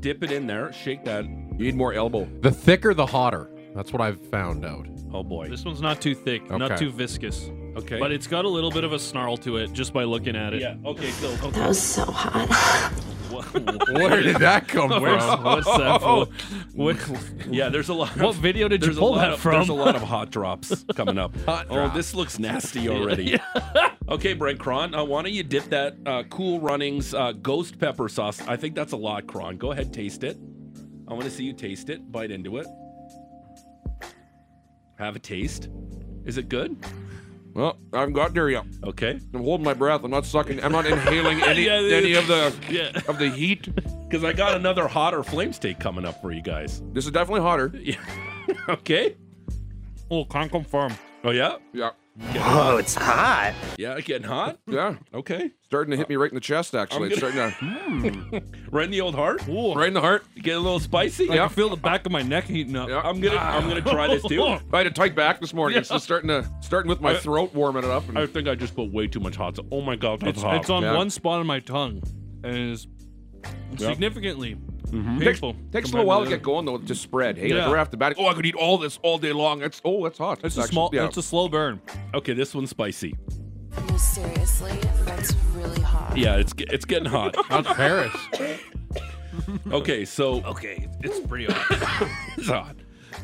[SPEAKER 2] Dip it in there. Shake that.
[SPEAKER 5] You need more elbow.
[SPEAKER 4] The thicker, the hotter. That's what I've found out.
[SPEAKER 2] Oh boy.
[SPEAKER 3] This one's not too thick,
[SPEAKER 4] Okay.
[SPEAKER 3] not too viscous,
[SPEAKER 2] Okay.
[SPEAKER 3] but it's got a little bit of a snarl to it just by looking at it.
[SPEAKER 2] yeah. Okay. So
[SPEAKER 7] That was so hot.
[SPEAKER 4] Where did that <laughs> come
[SPEAKER 3] Where's,
[SPEAKER 4] from?
[SPEAKER 3] what's that? For? What,
[SPEAKER 2] <laughs> yeah, there's a lot.
[SPEAKER 3] what
[SPEAKER 2] of-
[SPEAKER 3] video did you
[SPEAKER 2] There's a
[SPEAKER 3] pull
[SPEAKER 2] lot
[SPEAKER 3] that
[SPEAKER 2] of-
[SPEAKER 3] from?
[SPEAKER 2] There's a lot of hot drops coming
[SPEAKER 3] <laughs>
[SPEAKER 2] up. oh, this looks nasty already. okay, Brent Cron, uh, why don't you dip that uh, Cool Runnings uh, ghost pepper sauce? I think that's a lot, Cron. Go ahead, taste it. I want to see you taste it. Bite into it. Have a taste. Is it good?
[SPEAKER 5] Well, I haven't got there yet.
[SPEAKER 2] Okay.
[SPEAKER 5] I'm holding my breath. I'm not sucking. I'm not inhaling any
[SPEAKER 3] Yeah, yeah.
[SPEAKER 5] any of the
[SPEAKER 3] Yeah.
[SPEAKER 5] of the heat.
[SPEAKER 2] Because I got another hotter flame steak coming up for you guys. <laughs>
[SPEAKER 5] This is definitely hotter.
[SPEAKER 2] Okay.
[SPEAKER 3] Oh, can't confirm.
[SPEAKER 2] Oh yeah.
[SPEAKER 5] Yeah,
[SPEAKER 1] Whoa, Oh, it's hot.
[SPEAKER 2] Yeah, getting hot.
[SPEAKER 5] yeah.
[SPEAKER 2] Okay.
[SPEAKER 5] Starting to hit me right in the chest. Actually, it's
[SPEAKER 2] gonna-
[SPEAKER 5] starting to
[SPEAKER 2] Right in the old heart.
[SPEAKER 5] right in the heart.
[SPEAKER 2] Get a little spicy.
[SPEAKER 3] I can feel the back of my neck heating up.
[SPEAKER 5] Yeah.
[SPEAKER 2] I'm gonna I'm gonna try this too.
[SPEAKER 5] I had a tight back this morning. It's
[SPEAKER 3] Yeah.
[SPEAKER 5] just starting to starting with my
[SPEAKER 2] I-
[SPEAKER 5] throat warming it up.
[SPEAKER 2] <laughs>
[SPEAKER 5] And,
[SPEAKER 2] I think I just put way too much hot sauce. Oh my god, that's
[SPEAKER 3] It's,
[SPEAKER 2] hot.
[SPEAKER 3] it's on
[SPEAKER 5] Yeah.
[SPEAKER 3] one spot on my tongue, and it's significantly
[SPEAKER 5] takes,
[SPEAKER 3] painful.
[SPEAKER 5] takes a little while to get going though to spread. Hey,
[SPEAKER 3] Yeah.
[SPEAKER 5] like right off the bat, oh, I could eat all this all day long. That's oh, that's hot.
[SPEAKER 3] It's a
[SPEAKER 5] Actually,
[SPEAKER 3] small.
[SPEAKER 5] yeah.
[SPEAKER 3] It's a slow burn.
[SPEAKER 2] okay, this one's spicy.
[SPEAKER 7] No, seriously, that's really hot.
[SPEAKER 2] Yeah, it's ge- it's getting hot.
[SPEAKER 4] How's Paris?
[SPEAKER 2] <laughs> Okay, so
[SPEAKER 3] Okay, it's pretty. Hot.
[SPEAKER 2] it's hot.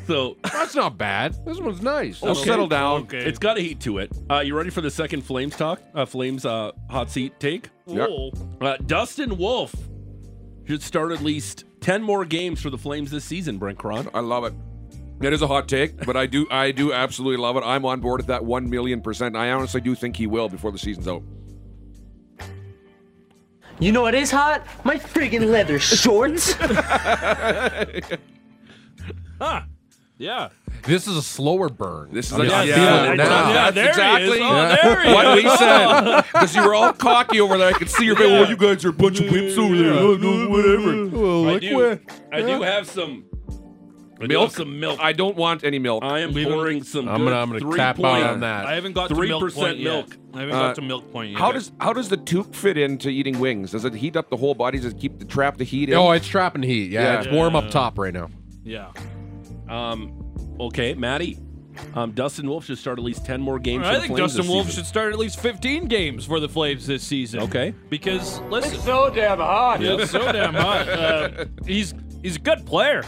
[SPEAKER 2] So
[SPEAKER 4] That's not bad. This one's nice.
[SPEAKER 5] Oh, settle down.
[SPEAKER 3] Okay.
[SPEAKER 2] it's got a heat to it. Uh, you ready for the second Flames talk? Uh, Flames uh, hot seat take?
[SPEAKER 5] Yep.
[SPEAKER 3] Whoa.
[SPEAKER 2] Uh, Dustin Wolf should start at least 10 more games for the Flames this season, Brent Cron.
[SPEAKER 5] I love it. That is a hot take, but I do I do absolutely love it. I'm on board at that one million percent. I honestly do think he will before the season's out.
[SPEAKER 6] You know what is hot? My friggin' leather shorts.
[SPEAKER 3] Yeah.
[SPEAKER 4] This is a slower burn.
[SPEAKER 5] This is
[SPEAKER 3] Oh,
[SPEAKER 4] I'm
[SPEAKER 5] a-
[SPEAKER 4] not
[SPEAKER 5] yeah,
[SPEAKER 4] feeling it
[SPEAKER 5] that's-
[SPEAKER 4] now.
[SPEAKER 5] yeah,
[SPEAKER 3] there
[SPEAKER 5] exactly-
[SPEAKER 3] He is. Oh, there he
[SPEAKER 5] What
[SPEAKER 3] is.
[SPEAKER 5] we said, because you were all cocky over there. I could see your face. Well, you guys are a bunch of whips over there. Oh, no, whatever.
[SPEAKER 4] Well,
[SPEAKER 2] I
[SPEAKER 4] look
[SPEAKER 2] do,
[SPEAKER 4] where-
[SPEAKER 2] I do have some I do
[SPEAKER 5] Milk?
[SPEAKER 2] have some milk. I,
[SPEAKER 5] I don't want any milk.
[SPEAKER 2] am
[SPEAKER 3] Leave it.
[SPEAKER 2] pouring some.
[SPEAKER 4] I'm gonna, I'm
[SPEAKER 2] good
[SPEAKER 4] gonna
[SPEAKER 2] three
[SPEAKER 4] cap out
[SPEAKER 2] point-
[SPEAKER 4] on that.
[SPEAKER 3] I haven't got to milk
[SPEAKER 2] 3%
[SPEAKER 3] point
[SPEAKER 2] milk.
[SPEAKER 3] yet. I haven't
[SPEAKER 5] Uh,
[SPEAKER 3] got to milk point yet.
[SPEAKER 5] How does how does the toque fit into eating wings? Does it heat up the whole body? Does it keep the trap the heat in?
[SPEAKER 4] oh, it's trapping heat. Yeah,
[SPEAKER 5] Yeah.
[SPEAKER 4] it's warm
[SPEAKER 3] Yeah.
[SPEAKER 4] up top right now.
[SPEAKER 3] Yeah.
[SPEAKER 2] Um, okay, Maddie. Um, Dustin Wolf should start at least 10 more games. for
[SPEAKER 3] I
[SPEAKER 2] the
[SPEAKER 3] think
[SPEAKER 2] Flames
[SPEAKER 3] Dustin
[SPEAKER 2] this
[SPEAKER 3] Wolf
[SPEAKER 2] season.
[SPEAKER 3] should start at least 15 games for the Flames this season.
[SPEAKER 2] Okay.
[SPEAKER 3] Because listen,
[SPEAKER 6] so damn hot.
[SPEAKER 3] Yeah, it's so damn hot. Uh, he's he's a good player.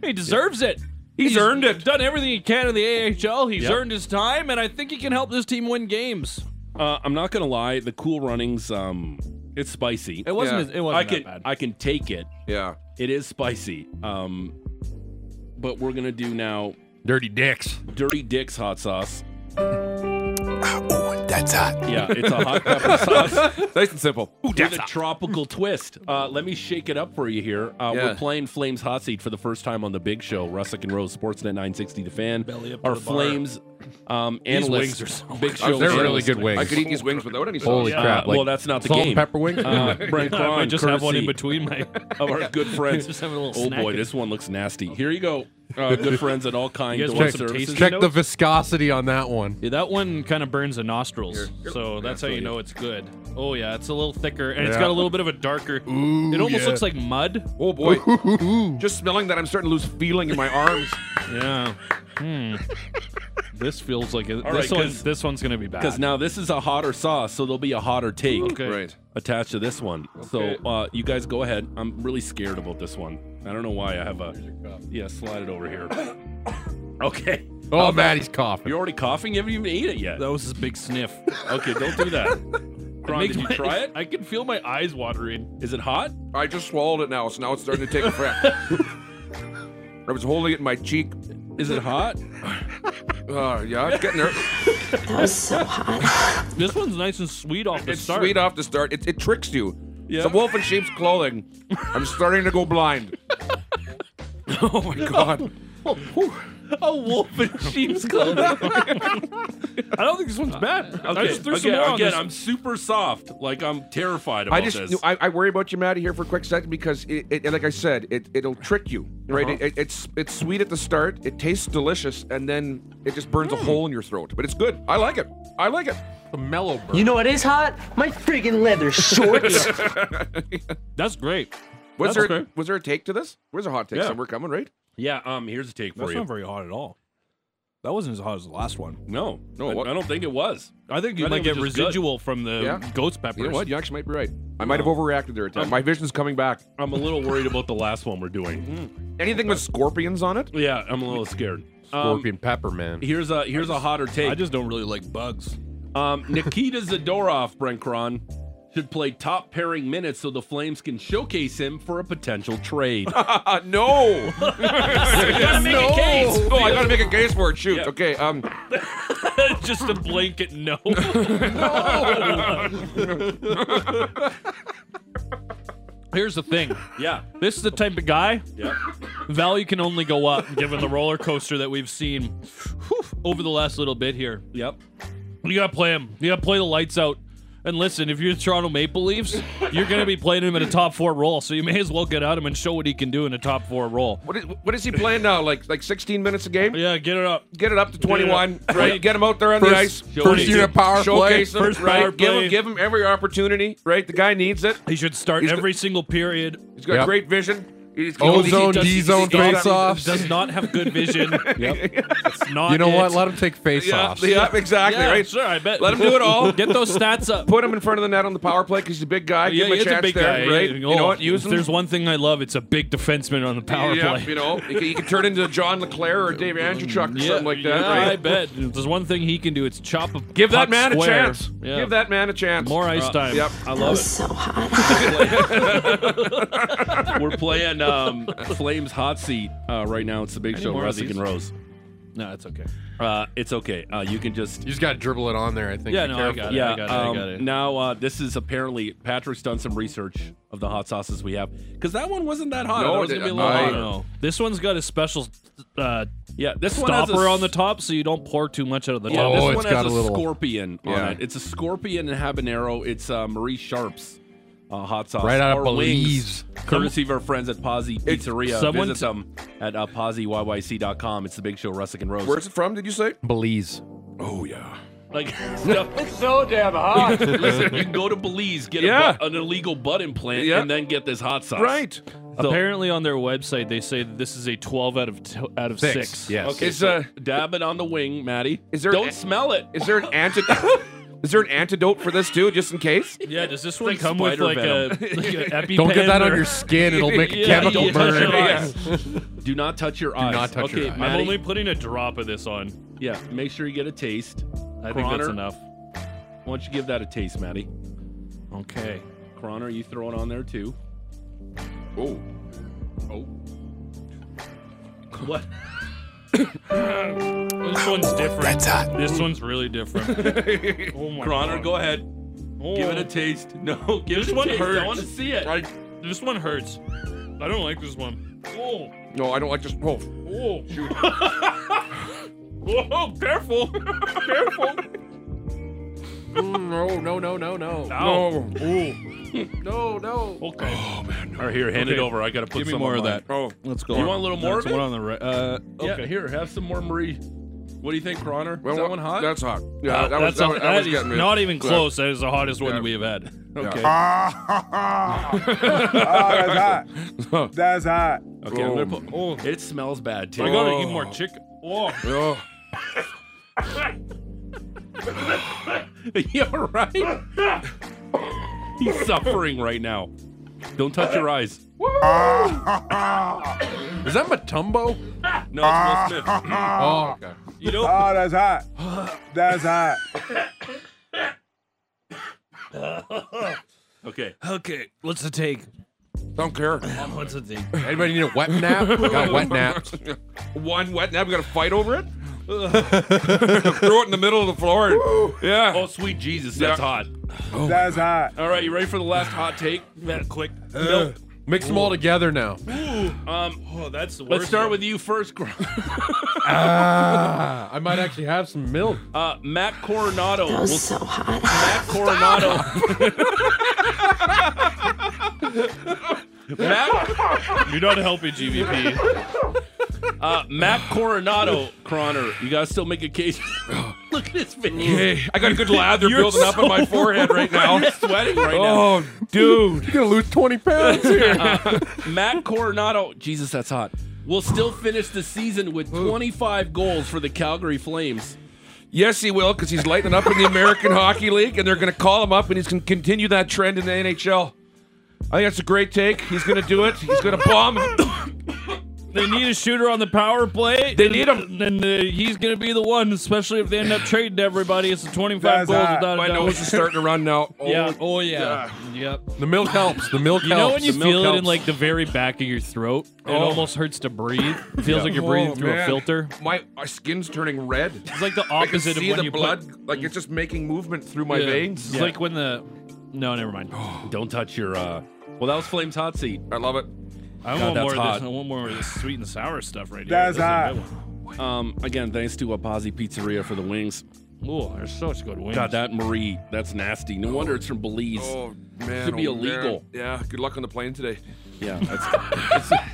[SPEAKER 3] He deserves it. He's, earned it. Done everything he can in the AHL. He's
[SPEAKER 2] Yep.
[SPEAKER 3] earned his time, and I think he can help this team win games.
[SPEAKER 2] Uh, I'm not gonna lie. The cool runnings. Um, it's spicy.
[SPEAKER 3] It wasn't.
[SPEAKER 5] Yeah.
[SPEAKER 3] as- It wasn't
[SPEAKER 2] I can
[SPEAKER 3] that bad.
[SPEAKER 2] I can take it.
[SPEAKER 5] yeah.
[SPEAKER 2] It is spicy. Um, but we're gonna do now
[SPEAKER 4] Dirty dicks.
[SPEAKER 2] Dirty Dick's hot sauce.
[SPEAKER 1] Ooh, that's hot.
[SPEAKER 2] Yeah, it's a
[SPEAKER 1] <laughs>
[SPEAKER 2] hot pepper sauce
[SPEAKER 5] Nice and simple.
[SPEAKER 2] with a tropical twist. Uh, let me shake it up for you here. Uh, We're
[SPEAKER 5] Yeah.
[SPEAKER 2] playing Flames Hot Seat for the first time on the Big Show. Russick and Rose Sportsnet 960 The Fan.
[SPEAKER 3] Belly up to
[SPEAKER 2] Our
[SPEAKER 3] the bar.
[SPEAKER 2] Flames um, analysts.
[SPEAKER 3] wings are so
[SPEAKER 2] Big
[SPEAKER 5] They're
[SPEAKER 2] Show.
[SPEAKER 4] They're
[SPEAKER 5] Yeah.
[SPEAKER 4] really good wings.
[SPEAKER 5] I could eat these wings without any sauce.
[SPEAKER 4] Holy
[SPEAKER 3] Yeah.
[SPEAKER 4] crap!
[SPEAKER 2] Uh,
[SPEAKER 4] Like,
[SPEAKER 2] well, that's not the
[SPEAKER 4] salt
[SPEAKER 2] game.
[SPEAKER 4] and pepper wings. <laughs>
[SPEAKER 2] Uh, Brent
[SPEAKER 3] <laughs> I might
[SPEAKER 2] Cron,
[SPEAKER 3] just have one in
[SPEAKER 2] courtesy-
[SPEAKER 3] between <laughs> my.
[SPEAKER 2] of our good friends.
[SPEAKER 3] Just having a little
[SPEAKER 2] oh
[SPEAKER 3] snack.
[SPEAKER 2] boy, this one looks nasty. Here you go, uh, good friends at all kinds.
[SPEAKER 3] You guys
[SPEAKER 2] of
[SPEAKER 3] want some
[SPEAKER 2] services.
[SPEAKER 3] tasty-
[SPEAKER 4] Check the
[SPEAKER 3] notes?
[SPEAKER 4] viscosity on that one.
[SPEAKER 3] Yeah, that one kind of burns the nostrils, so that's how you know it's good. Oh yeah, it's a little thicker, and it's
[SPEAKER 4] Yeah.
[SPEAKER 3] got a little bit of a darker. it almost looks like mud.
[SPEAKER 4] <laughs>
[SPEAKER 5] Oh boy. Just smelling that, I'm starting to lose feeling in my arms.
[SPEAKER 3] Yeah. Hmm.
[SPEAKER 2] <laughs>
[SPEAKER 3] This feels like it,
[SPEAKER 2] All
[SPEAKER 3] this
[SPEAKER 2] right,
[SPEAKER 3] one.
[SPEAKER 2] 'cause-
[SPEAKER 3] This one's gonna be bad.
[SPEAKER 2] Because now this is a hotter sauce, so there'll be a hotter take
[SPEAKER 3] Okay.
[SPEAKER 5] Right.
[SPEAKER 2] attached to this one. So uh, you guys go ahead. I'm really scared about this one. I don't know why I have a yeah. Slide it over here. <coughs> okay,
[SPEAKER 4] Oh, Maddie's coughing.
[SPEAKER 2] you're already coughing. You haven't even eaten it yet.
[SPEAKER 3] That was his big sniff.
[SPEAKER 2] Okay, don't do
[SPEAKER 3] <laughs>
[SPEAKER 2] that. Kron,
[SPEAKER 3] Make
[SPEAKER 2] did you
[SPEAKER 3] my-
[SPEAKER 2] try it?
[SPEAKER 3] <laughs> I can feel my eyes watering.
[SPEAKER 2] Is it hot?
[SPEAKER 5] I just swallowed it now, so now it's starting to
[SPEAKER 7] <laughs>
[SPEAKER 5] take effect. I was holding it in my cheek.
[SPEAKER 2] Is it hot?
[SPEAKER 5] Uh, yeah, it's getting there.
[SPEAKER 7] <laughs> That was so hot.
[SPEAKER 3] This one's nice and sweet off the
[SPEAKER 5] It's
[SPEAKER 3] start.
[SPEAKER 5] sweet off the start. It, it tricks you.
[SPEAKER 2] Yeah.
[SPEAKER 5] It's a wolf in sheep's clothing. I'm starting to
[SPEAKER 3] <laughs>
[SPEAKER 5] go blind. oh my <laughs> god.
[SPEAKER 3] A wolf in sheep's clothing. <laughs> I don't think this one's bad. <laughs> I
[SPEAKER 2] Okay,
[SPEAKER 3] just threw some
[SPEAKER 2] again,
[SPEAKER 3] more on
[SPEAKER 2] again,
[SPEAKER 3] this.
[SPEAKER 2] I'm super soft. Like I'm terrified about
[SPEAKER 5] I just
[SPEAKER 2] this.
[SPEAKER 5] I, I worry about you, Maddie, here for a quick second because it, it and like I said, it it'll trick you, right? It- it- it's it's sweet at the start, it tastes delicious, and then it just burns a hole in your throat. But it's good. I like it. I like it.
[SPEAKER 4] The mellow burn.
[SPEAKER 6] <laughs>
[SPEAKER 2] Um,
[SPEAKER 6] You know what is hot? My friggin' <laughs> leather shorts.
[SPEAKER 3] That's great.
[SPEAKER 5] Was
[SPEAKER 3] That's
[SPEAKER 5] there
[SPEAKER 3] okay.
[SPEAKER 5] was there a take to this? Where's a hot take?
[SPEAKER 2] Yeah.
[SPEAKER 5] Somewhere coming, right?
[SPEAKER 2] yeah. Um. Here's a take for you.
[SPEAKER 3] very hot at all. That wasn't as hot as the last one.
[SPEAKER 2] No,
[SPEAKER 5] No,
[SPEAKER 2] I,
[SPEAKER 5] what-
[SPEAKER 2] I don't think it was.
[SPEAKER 3] I think
[SPEAKER 2] I
[SPEAKER 3] you might
[SPEAKER 2] think it
[SPEAKER 3] get
[SPEAKER 2] was just good.
[SPEAKER 3] residual from the
[SPEAKER 5] Yeah.
[SPEAKER 3] goat's peppers.
[SPEAKER 5] You know what? You actually might be right. I might have overreacted there a time. My vision's coming back.
[SPEAKER 2] I'm a little worried about the last one we're
[SPEAKER 5] Mm-hmm.
[SPEAKER 2] doing.
[SPEAKER 5] Anything with scorpions on it?
[SPEAKER 2] Yeah, I'm a little
[SPEAKER 5] <laughs>
[SPEAKER 2] scared. Um,
[SPEAKER 4] Scorpion pepper, man.
[SPEAKER 2] here's a here's a hotter
[SPEAKER 3] I
[SPEAKER 2] take.
[SPEAKER 3] just don't really like bugs.
[SPEAKER 2] Um, Nikita Zadorov, Brent Cron, should play top pairing minutes so the Flames can showcase him for a potential
[SPEAKER 3] <laughs>
[SPEAKER 2] trade.
[SPEAKER 5] Uh, <laughs> no.
[SPEAKER 2] gotta make a case.
[SPEAKER 5] Oh, I gotta make a case for it. Shoot.
[SPEAKER 2] Yeah.
[SPEAKER 5] Okay. Um.
[SPEAKER 3] <laughs> just a blanket <laughs> no. Here's the thing.
[SPEAKER 2] Yeah,
[SPEAKER 3] This is the type of guy
[SPEAKER 2] yeah.
[SPEAKER 3] value can only go up given the roller coaster that we've seen whew, over the last little bit here.
[SPEAKER 2] Yep.
[SPEAKER 3] You gotta play him. You gotta play the lights out. And listen, if you're the Toronto Maple Leafs, you're gonna be playing him in a top four role, so you may as well get at him and show what he can do in a top four role.
[SPEAKER 5] What is what is he playing now? Like like 16 minutes a game?
[SPEAKER 3] Yeah, get it up.
[SPEAKER 5] Get it up to 21. Right. Get him out there on the ice.
[SPEAKER 4] First, first
[SPEAKER 2] it.
[SPEAKER 4] unit power play.
[SPEAKER 5] Showcase him.
[SPEAKER 3] First
[SPEAKER 5] right.
[SPEAKER 3] power
[SPEAKER 5] give
[SPEAKER 3] play.
[SPEAKER 5] him give him every opportunity. Right. The guy needs it.
[SPEAKER 3] He should start
[SPEAKER 5] He's go-
[SPEAKER 3] every single period.
[SPEAKER 5] He's got
[SPEAKER 4] Yep.
[SPEAKER 5] great vision. He's-
[SPEAKER 4] Ozone,
[SPEAKER 8] does-
[SPEAKER 4] D zone
[SPEAKER 8] he does-
[SPEAKER 4] face offs.
[SPEAKER 5] <laughs>
[SPEAKER 8] Does not have good vision.
[SPEAKER 2] Yep.
[SPEAKER 8] It's not.
[SPEAKER 4] You know what?
[SPEAKER 8] it.
[SPEAKER 4] Let them take face
[SPEAKER 5] Yeah,
[SPEAKER 4] offs.
[SPEAKER 5] yeah, exactly.
[SPEAKER 8] Yeah,
[SPEAKER 5] right.
[SPEAKER 8] Sure, I bet.
[SPEAKER 5] Let him do it all.
[SPEAKER 8] <laughs> Get those stats up.
[SPEAKER 5] Put him in front of the net on the power play because he's a big guy. <laughs> Give him a
[SPEAKER 8] he's
[SPEAKER 5] chance there, right?
[SPEAKER 8] Yeah,
[SPEAKER 5] You
[SPEAKER 8] oh,
[SPEAKER 5] know what? Use
[SPEAKER 8] if
[SPEAKER 5] him.
[SPEAKER 8] There's one thing I love. It's a big defenseman on the power
[SPEAKER 5] yeah,
[SPEAKER 8] play.
[SPEAKER 5] You know, he can, he can turn into John LeClaire or Dave Andrewchuk or something like that.
[SPEAKER 8] yeah, I
[SPEAKER 5] right?
[SPEAKER 8] bet. If there's one thing he can do. It's chop a
[SPEAKER 5] Give that
[SPEAKER 8] puck
[SPEAKER 5] man
[SPEAKER 8] square.
[SPEAKER 5] a chance.
[SPEAKER 8] Yeah.
[SPEAKER 5] Give that man a chance.
[SPEAKER 8] more ice time.
[SPEAKER 5] Yep.
[SPEAKER 2] I
[SPEAKER 6] That
[SPEAKER 2] love
[SPEAKER 6] was
[SPEAKER 2] it.
[SPEAKER 6] so hot.
[SPEAKER 2] We're
[SPEAKER 8] <laughs>
[SPEAKER 2] playing um, Flames Hot Seat uh, right now. It's the big show,
[SPEAKER 8] more of
[SPEAKER 2] Russick and
[SPEAKER 8] these?
[SPEAKER 2] Rose.
[SPEAKER 8] No, it's okay.
[SPEAKER 2] Uh, it's okay. Uh, you can just
[SPEAKER 4] You just got to dribble it on there. I think.
[SPEAKER 8] Yeah,
[SPEAKER 4] Be
[SPEAKER 8] no, I
[SPEAKER 4] careful.
[SPEAKER 8] got it.
[SPEAKER 2] yeah.
[SPEAKER 8] I got it.
[SPEAKER 2] um,
[SPEAKER 8] I got it.
[SPEAKER 2] Now uh, this is apparently Patrick's done some research of the hot sauces we have because that one wasn't that hot.
[SPEAKER 5] No,
[SPEAKER 2] That was gonna be a little
[SPEAKER 5] I-
[SPEAKER 8] Oh, I
[SPEAKER 2] hotter.
[SPEAKER 8] don't know. This one's got a special uh,
[SPEAKER 2] Yeah, this one has a
[SPEAKER 8] stopper on the
[SPEAKER 2] s-
[SPEAKER 8] top, so you don't pour too much out of the
[SPEAKER 2] Yeah,
[SPEAKER 8] top.
[SPEAKER 2] this
[SPEAKER 4] Oh,
[SPEAKER 2] one
[SPEAKER 4] it's
[SPEAKER 2] has
[SPEAKER 4] got
[SPEAKER 2] a,
[SPEAKER 4] a little-
[SPEAKER 2] scorpion on
[SPEAKER 5] Yeah.
[SPEAKER 2] it. It's a scorpion and habanero. It's uh, Marie Sharp's uh, hot sauce.
[SPEAKER 4] Right out
[SPEAKER 2] Our
[SPEAKER 4] of
[SPEAKER 2] wings,
[SPEAKER 4] Belize.
[SPEAKER 2] courtesy of our friends at Posse Pizzeria.
[SPEAKER 8] someone
[SPEAKER 2] Visit
[SPEAKER 8] t-
[SPEAKER 2] them at uh, PosseYYC.com. It's the Big Show, Russick and Rose.
[SPEAKER 5] Where's it from? Did you say?
[SPEAKER 4] Belize.
[SPEAKER 5] Oh yeah.
[SPEAKER 2] Like stuff. it's so damn hot. <laughs> Listen, you can go to Belize, get a
[SPEAKER 5] Yeah.
[SPEAKER 2] butt- an illegal butt implant,
[SPEAKER 5] Yeah.
[SPEAKER 2] and then get this hot sauce.
[SPEAKER 5] Right.
[SPEAKER 2] So-
[SPEAKER 8] Apparently, on their website, they say that this is a 12 out of t- out of six.
[SPEAKER 4] Yes.
[SPEAKER 2] Okay,
[SPEAKER 5] It's,
[SPEAKER 2] so
[SPEAKER 5] uh,
[SPEAKER 2] dab it on the wing, Maddie.
[SPEAKER 5] Is there
[SPEAKER 2] Don't
[SPEAKER 5] a-
[SPEAKER 2] smell it.
[SPEAKER 5] Is there an antidote? is there an antidote for this too, just in case?
[SPEAKER 8] Yeah, does this one
[SPEAKER 2] like
[SPEAKER 8] come with like
[SPEAKER 2] spider
[SPEAKER 8] a,
[SPEAKER 2] <laughs>
[SPEAKER 8] like a EpiPen?
[SPEAKER 4] Don't get that on
[SPEAKER 8] or- <laughs>
[SPEAKER 4] your skin. It'll make a
[SPEAKER 8] Yeah,
[SPEAKER 4] chemical
[SPEAKER 8] yeah,
[SPEAKER 4] burn.
[SPEAKER 8] yeah, yeah.
[SPEAKER 4] <laughs>
[SPEAKER 2] <laughs> Do not touch your eyes.
[SPEAKER 4] not touch
[SPEAKER 2] okay,
[SPEAKER 4] your eyes. I'm
[SPEAKER 2] Maddie,
[SPEAKER 8] I'm only putting a drop of this on.
[SPEAKER 2] Yeah, make sure you get a taste.
[SPEAKER 8] I think
[SPEAKER 2] Croner,
[SPEAKER 8] that's enough.
[SPEAKER 2] Why don't you give that a taste, Maddie?
[SPEAKER 8] Okay.
[SPEAKER 2] Croner, you throw it on there
[SPEAKER 8] <laughs>
[SPEAKER 2] too.
[SPEAKER 5] Oh. Oh.
[SPEAKER 2] What?
[SPEAKER 8] This one's different. That's hot. This one's
[SPEAKER 2] <laughs>
[SPEAKER 8] really different. oh my
[SPEAKER 2] Croner,
[SPEAKER 8] God.
[SPEAKER 2] go ahead.
[SPEAKER 8] Oh.
[SPEAKER 2] Give it a taste. No, give
[SPEAKER 8] This
[SPEAKER 2] it a
[SPEAKER 8] one
[SPEAKER 2] taste. I
[SPEAKER 8] hurts.
[SPEAKER 2] want to see it.
[SPEAKER 5] Right.
[SPEAKER 8] This one hurts. I don't like this one. Oh,
[SPEAKER 5] No, I don't like just. Oh.
[SPEAKER 8] oh. Whoa, careful. careful.
[SPEAKER 4] No, Mm, no, no, no, no.
[SPEAKER 8] Ow.
[SPEAKER 4] No, no.
[SPEAKER 8] Okay.
[SPEAKER 2] All right, here, hand it
[SPEAKER 8] Okay.
[SPEAKER 2] over. I gotta put
[SPEAKER 8] Give me
[SPEAKER 2] some
[SPEAKER 8] more
[SPEAKER 2] on
[SPEAKER 8] of
[SPEAKER 2] mine.
[SPEAKER 8] that.
[SPEAKER 5] Oh.
[SPEAKER 8] Let's go.
[SPEAKER 2] You want a little more
[SPEAKER 8] That's
[SPEAKER 2] of it?
[SPEAKER 8] one on the right. Uh, okay.
[SPEAKER 2] Yeah, here, have some more Marie. What do you think, Croner?
[SPEAKER 5] Well,
[SPEAKER 2] Is that one hot?
[SPEAKER 5] That's hot. Yeah, that was
[SPEAKER 8] That's
[SPEAKER 5] that,
[SPEAKER 8] a-
[SPEAKER 5] was- that
[SPEAKER 8] that
[SPEAKER 5] was
[SPEAKER 8] is
[SPEAKER 5] getting me.
[SPEAKER 8] not even
[SPEAKER 5] Yeah.
[SPEAKER 8] close. That is the hottest one
[SPEAKER 5] Yeah.
[SPEAKER 8] we have had.
[SPEAKER 2] okay.
[SPEAKER 9] Ah. <laughs> that's hot. That's hot.
[SPEAKER 2] Okay, I'm gonna put. Oh, it smells bad too.
[SPEAKER 8] I gotta eat more chicken. Oh,
[SPEAKER 2] <laughs>
[SPEAKER 5] Oh.
[SPEAKER 2] You're right. He's suffering right now. Don't touch your eyes.
[SPEAKER 4] Is that Matumbo?
[SPEAKER 2] No, it's Will Smith.
[SPEAKER 4] Oh, okay.
[SPEAKER 2] You don't.
[SPEAKER 9] Oh, that's hot. That's hot.
[SPEAKER 2] Okay.
[SPEAKER 8] okay. What's the take? Um,
[SPEAKER 5] Don't care.
[SPEAKER 8] What's the take?
[SPEAKER 4] Anybody need a wet nap? We got wet naps.
[SPEAKER 5] One wet nap. We got to fight over it. Throw it in the middle of the floor. and- yeah.
[SPEAKER 2] Oh, sweet Jesus, that's
[SPEAKER 5] Yeah.
[SPEAKER 2] hot.
[SPEAKER 9] That's hot.
[SPEAKER 2] All right, you ready for the last hot take?
[SPEAKER 8] That quick.
[SPEAKER 2] Nope.
[SPEAKER 4] Mix them all together now.
[SPEAKER 2] Um,
[SPEAKER 8] Oh, that's the worst.
[SPEAKER 2] let's start
[SPEAKER 8] one.
[SPEAKER 2] with you first. Gr-
[SPEAKER 4] Ah, I might actually have some milk.
[SPEAKER 2] Uh, Matt Coronado.
[SPEAKER 6] That
[SPEAKER 2] We'll
[SPEAKER 6] was so hot.
[SPEAKER 2] Matt Coronado.
[SPEAKER 6] <laughs>
[SPEAKER 2] Matt,
[SPEAKER 8] You're not helping GVP.
[SPEAKER 2] uh, Matt Coronado, Croner. You gotta still make a case. <laughs> Look at his face.
[SPEAKER 5] Hey, I got a good lather building up on my forehead right now.
[SPEAKER 2] Sweating right now.
[SPEAKER 5] Oh, dude.
[SPEAKER 4] You're gonna lose 20 pounds here.
[SPEAKER 2] Matt Coronado, Jesus, that's hot. Will still finish the season with 25 goals for the Calgary Flames.
[SPEAKER 5] Yes, he will, because he's lighting up in the American Hockey League, and they're going to call him up, and he's going to continue that trend in the NHL. I think that's a great take. He's going to do it. He's going to bomb.
[SPEAKER 8] they need a shooter on the power play.
[SPEAKER 5] They need him.
[SPEAKER 8] And uh, he's going to be the one, especially if they end up trading everybody. It's the 25
[SPEAKER 9] That's
[SPEAKER 8] goals
[SPEAKER 9] hot.
[SPEAKER 8] without a
[SPEAKER 5] My
[SPEAKER 8] doubt.
[SPEAKER 5] nose is starting to run now. Oh,
[SPEAKER 8] uh, yeah. Oh, yeah. Yep.
[SPEAKER 4] The milk helps. The milk
[SPEAKER 8] You
[SPEAKER 4] helps.
[SPEAKER 8] know when you
[SPEAKER 4] the milk
[SPEAKER 8] feel it in
[SPEAKER 4] helps.
[SPEAKER 8] like the very back of your throat? It almost hurts to breathe. It feels like you're breathing
[SPEAKER 5] oh,
[SPEAKER 8] through a
[SPEAKER 5] man.
[SPEAKER 8] filter.
[SPEAKER 5] My, my skin's turning red.
[SPEAKER 8] It's like the
[SPEAKER 5] I can
[SPEAKER 8] opposite of
[SPEAKER 5] see
[SPEAKER 8] when
[SPEAKER 5] the
[SPEAKER 8] you
[SPEAKER 5] blood.
[SPEAKER 8] put
[SPEAKER 5] Like, it's just making movement through my
[SPEAKER 8] Yeah.
[SPEAKER 5] veins.
[SPEAKER 8] It's like when the no, never mind. I
[SPEAKER 2] Don't touch your. uh Well, that was Flames hot seat.
[SPEAKER 5] I love it.
[SPEAKER 8] want
[SPEAKER 2] that's
[SPEAKER 8] more of
[SPEAKER 2] hot.
[SPEAKER 8] this. I want more of this sweet and sour stuff right
[SPEAKER 9] That's
[SPEAKER 8] now.
[SPEAKER 9] hot.
[SPEAKER 2] Um, again, thanks to Apazi Pizzeria for the wings.
[SPEAKER 8] Oh, they're such good wings.
[SPEAKER 2] God, that Marie, that's nasty. No wonder it's from Belize.
[SPEAKER 5] Oh, man.
[SPEAKER 2] Should be
[SPEAKER 5] oh, man.
[SPEAKER 2] illegal.
[SPEAKER 5] Yeah. Good luck on the plane today.
[SPEAKER 2] Yeah, that's. it's,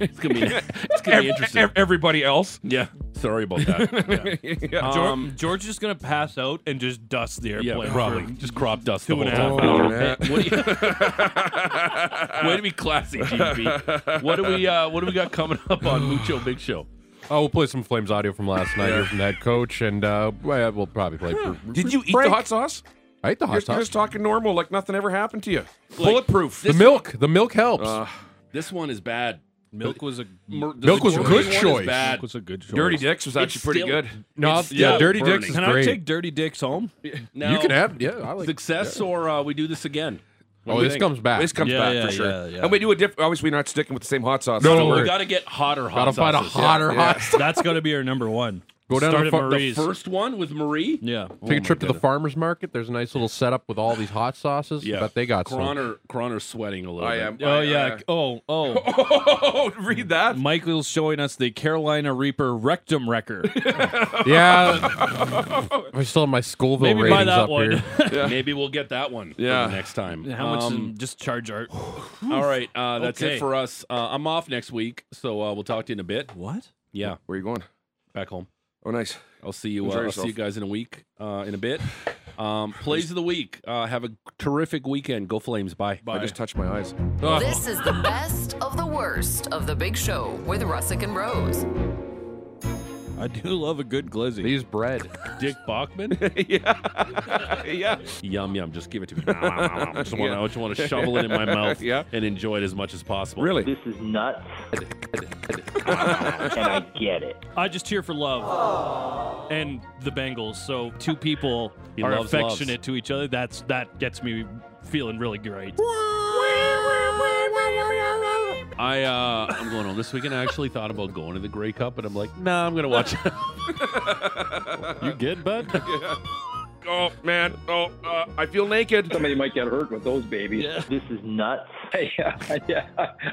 [SPEAKER 2] it's gonna be. It's gonna be
[SPEAKER 5] Ev-
[SPEAKER 2] interesting.
[SPEAKER 5] ev- everybody else.
[SPEAKER 2] Yeah. Sorry about that. <laughs> Yeah.
[SPEAKER 5] yeah.
[SPEAKER 3] Geor-
[SPEAKER 2] Um,
[SPEAKER 3] George is gonna pass out and just dust the
[SPEAKER 2] Yeah,
[SPEAKER 3] airplane.
[SPEAKER 2] probably
[SPEAKER 3] for-
[SPEAKER 2] just crop dust
[SPEAKER 3] two
[SPEAKER 2] the whole
[SPEAKER 3] and a
[SPEAKER 2] time.
[SPEAKER 3] half
[SPEAKER 5] hours.
[SPEAKER 2] Hey, what do you- Way to be classy, <laughs> GP. What do we uh, What do we got coming up on Mucho Big Show?
[SPEAKER 4] Oh, we'll play some Flames audio from last night here from the head coach, and uh, well, we'll probably play.
[SPEAKER 5] Did you eat the hot sauce?
[SPEAKER 4] I ate the
[SPEAKER 5] You're,
[SPEAKER 4] hot
[SPEAKER 5] you're
[SPEAKER 4] sauce.
[SPEAKER 5] just talking normal, like nothing ever happened to you. Bulletproof.
[SPEAKER 4] The milk, the milk helps.
[SPEAKER 2] This one is bad.
[SPEAKER 3] Milk was a
[SPEAKER 2] Mer- the
[SPEAKER 4] Milk was
[SPEAKER 2] Zagorski
[SPEAKER 4] good
[SPEAKER 2] one is
[SPEAKER 4] choice.
[SPEAKER 2] Bad.
[SPEAKER 3] milk was a good choice.
[SPEAKER 5] Dirty Dicks was actually
[SPEAKER 2] It's
[SPEAKER 5] pretty
[SPEAKER 2] still-
[SPEAKER 5] good.
[SPEAKER 4] no,
[SPEAKER 2] it's
[SPEAKER 4] yeah,
[SPEAKER 2] still
[SPEAKER 4] Dirty
[SPEAKER 2] burning.
[SPEAKER 4] Dicks is
[SPEAKER 3] Can I
[SPEAKER 4] great.
[SPEAKER 3] take Dirty Dicks home?
[SPEAKER 2] Now,
[SPEAKER 4] you can have, yeah, I like.
[SPEAKER 2] success, or uh, we do this again. What
[SPEAKER 4] oh,
[SPEAKER 2] do you
[SPEAKER 4] this
[SPEAKER 2] think?
[SPEAKER 4] comes back.
[SPEAKER 5] This comes
[SPEAKER 3] Yeah,
[SPEAKER 5] back
[SPEAKER 3] yeah,
[SPEAKER 5] for sure.
[SPEAKER 3] yeah, yeah.
[SPEAKER 5] And we do a different. Obviously, we're not sticking with the same hot sauce.
[SPEAKER 4] No,
[SPEAKER 5] So
[SPEAKER 4] no,
[SPEAKER 2] We
[SPEAKER 5] we're-
[SPEAKER 4] we're-
[SPEAKER 2] got to get hotter hot
[SPEAKER 4] Gotta find a
[SPEAKER 2] sauces.
[SPEAKER 4] hotter hot.
[SPEAKER 3] That's gonna be our number one.
[SPEAKER 4] Go down
[SPEAKER 3] Start
[SPEAKER 4] to
[SPEAKER 3] at
[SPEAKER 4] fu- the
[SPEAKER 2] The
[SPEAKER 3] Marie's.
[SPEAKER 2] first one with Marie.
[SPEAKER 3] Yeah.
[SPEAKER 4] Take a trip to the farmers market. There's a nice little setup with all these hot sauces. Yeah, but they got some.
[SPEAKER 2] Croner. Croner's sweating a little.
[SPEAKER 5] I
[SPEAKER 2] bit.
[SPEAKER 5] am.
[SPEAKER 3] Oh yeah. Oh
[SPEAKER 8] <laughs>
[SPEAKER 3] oh.
[SPEAKER 5] Oh, read that.
[SPEAKER 8] Mm.
[SPEAKER 3] Michael's showing us the Carolina Reaper
[SPEAKER 2] <laughs>
[SPEAKER 3] rectum wrecker.
[SPEAKER 4] <laughs> Yeah, I still have my Scoville
[SPEAKER 3] Maybe
[SPEAKER 4] ratings
[SPEAKER 3] buy that
[SPEAKER 4] up
[SPEAKER 3] one.
[SPEAKER 4] here.
[SPEAKER 2] Maybe we'll get that one. for
[SPEAKER 5] Yeah.
[SPEAKER 2] the next time.
[SPEAKER 3] How much?
[SPEAKER 2] Um,
[SPEAKER 3] is- just charge art.
[SPEAKER 2] <sighs> all right. Uh, that's
[SPEAKER 3] Okay.
[SPEAKER 2] it for us. Uh, I'm off next week, so uh, we'll talk to you in a bit.
[SPEAKER 3] What?
[SPEAKER 2] Yeah,
[SPEAKER 5] Where are you going?
[SPEAKER 2] back home.
[SPEAKER 5] Oh, nice.
[SPEAKER 2] I'll see you. Uh,
[SPEAKER 5] Enjoy
[SPEAKER 2] I'll
[SPEAKER 5] yourself.
[SPEAKER 2] see you guys in a week. Uh, in a bit. Um, plays of the week. Uh, have a terrific weekend. Go Flames. Bye.
[SPEAKER 5] I just touched my eyes.
[SPEAKER 10] This is the best of the worst of the big show with Russick and Rose.
[SPEAKER 3] I do love a good glizzy.
[SPEAKER 4] These bread.
[SPEAKER 2] Dick Bachman.
[SPEAKER 5] <laughs> yeah. <laughs>
[SPEAKER 2] yum yum. Just give it to me. <laughs> I just want to. I just want to shovel it in my mouth.
[SPEAKER 5] <laughs> Yeah.
[SPEAKER 2] And enjoy it as much as possible.
[SPEAKER 5] Really?
[SPEAKER 6] This
[SPEAKER 2] <laughs>
[SPEAKER 6] is nuts. and I get it.
[SPEAKER 3] I just cheer for love and the Bengals. So two people
[SPEAKER 2] He
[SPEAKER 3] are
[SPEAKER 2] loves
[SPEAKER 3] affectionate to each other. That's that gets me feeling really great.
[SPEAKER 2] I uh, I'm going home this weekend. I actually thought about going to the Grey Cup, but I'm like, nah, I'm gonna watch. you good, bud?
[SPEAKER 5] Oh man. Oh, uh, I feel naked.
[SPEAKER 11] Somebody might get hurt with those babies.
[SPEAKER 6] This is nuts.
[SPEAKER 11] Yeah, yeah,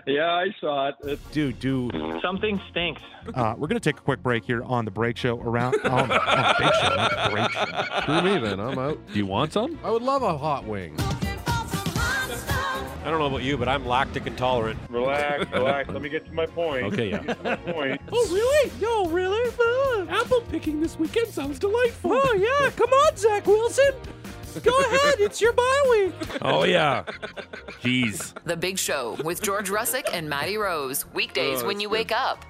[SPEAKER 11] yeah. I saw it. It's
[SPEAKER 12] Dude, dude.
[SPEAKER 6] Something stinks.
[SPEAKER 12] Uh, we're going to take a quick break here on the break show around. Oh, oh, big show, not the break show.
[SPEAKER 4] Screw me then. I'm out.
[SPEAKER 2] Do you want some?
[SPEAKER 4] I would love a hot wing.
[SPEAKER 12] I don't know about you, but I'm lactic intolerant.
[SPEAKER 8] Relax, relax. Let me get to my point.
[SPEAKER 2] Okay, yeah.
[SPEAKER 8] Get to my point.
[SPEAKER 2] Oh really? Yo, really? apple picking this weekend sounds delightful. Oh yeah, come on, Zach Wilson. Go ahead, it's your bye week. Oh <laughs> yeah. Jeez.
[SPEAKER 10] The big show with George Russick and Maddie Rose. Weekdays when you wake up.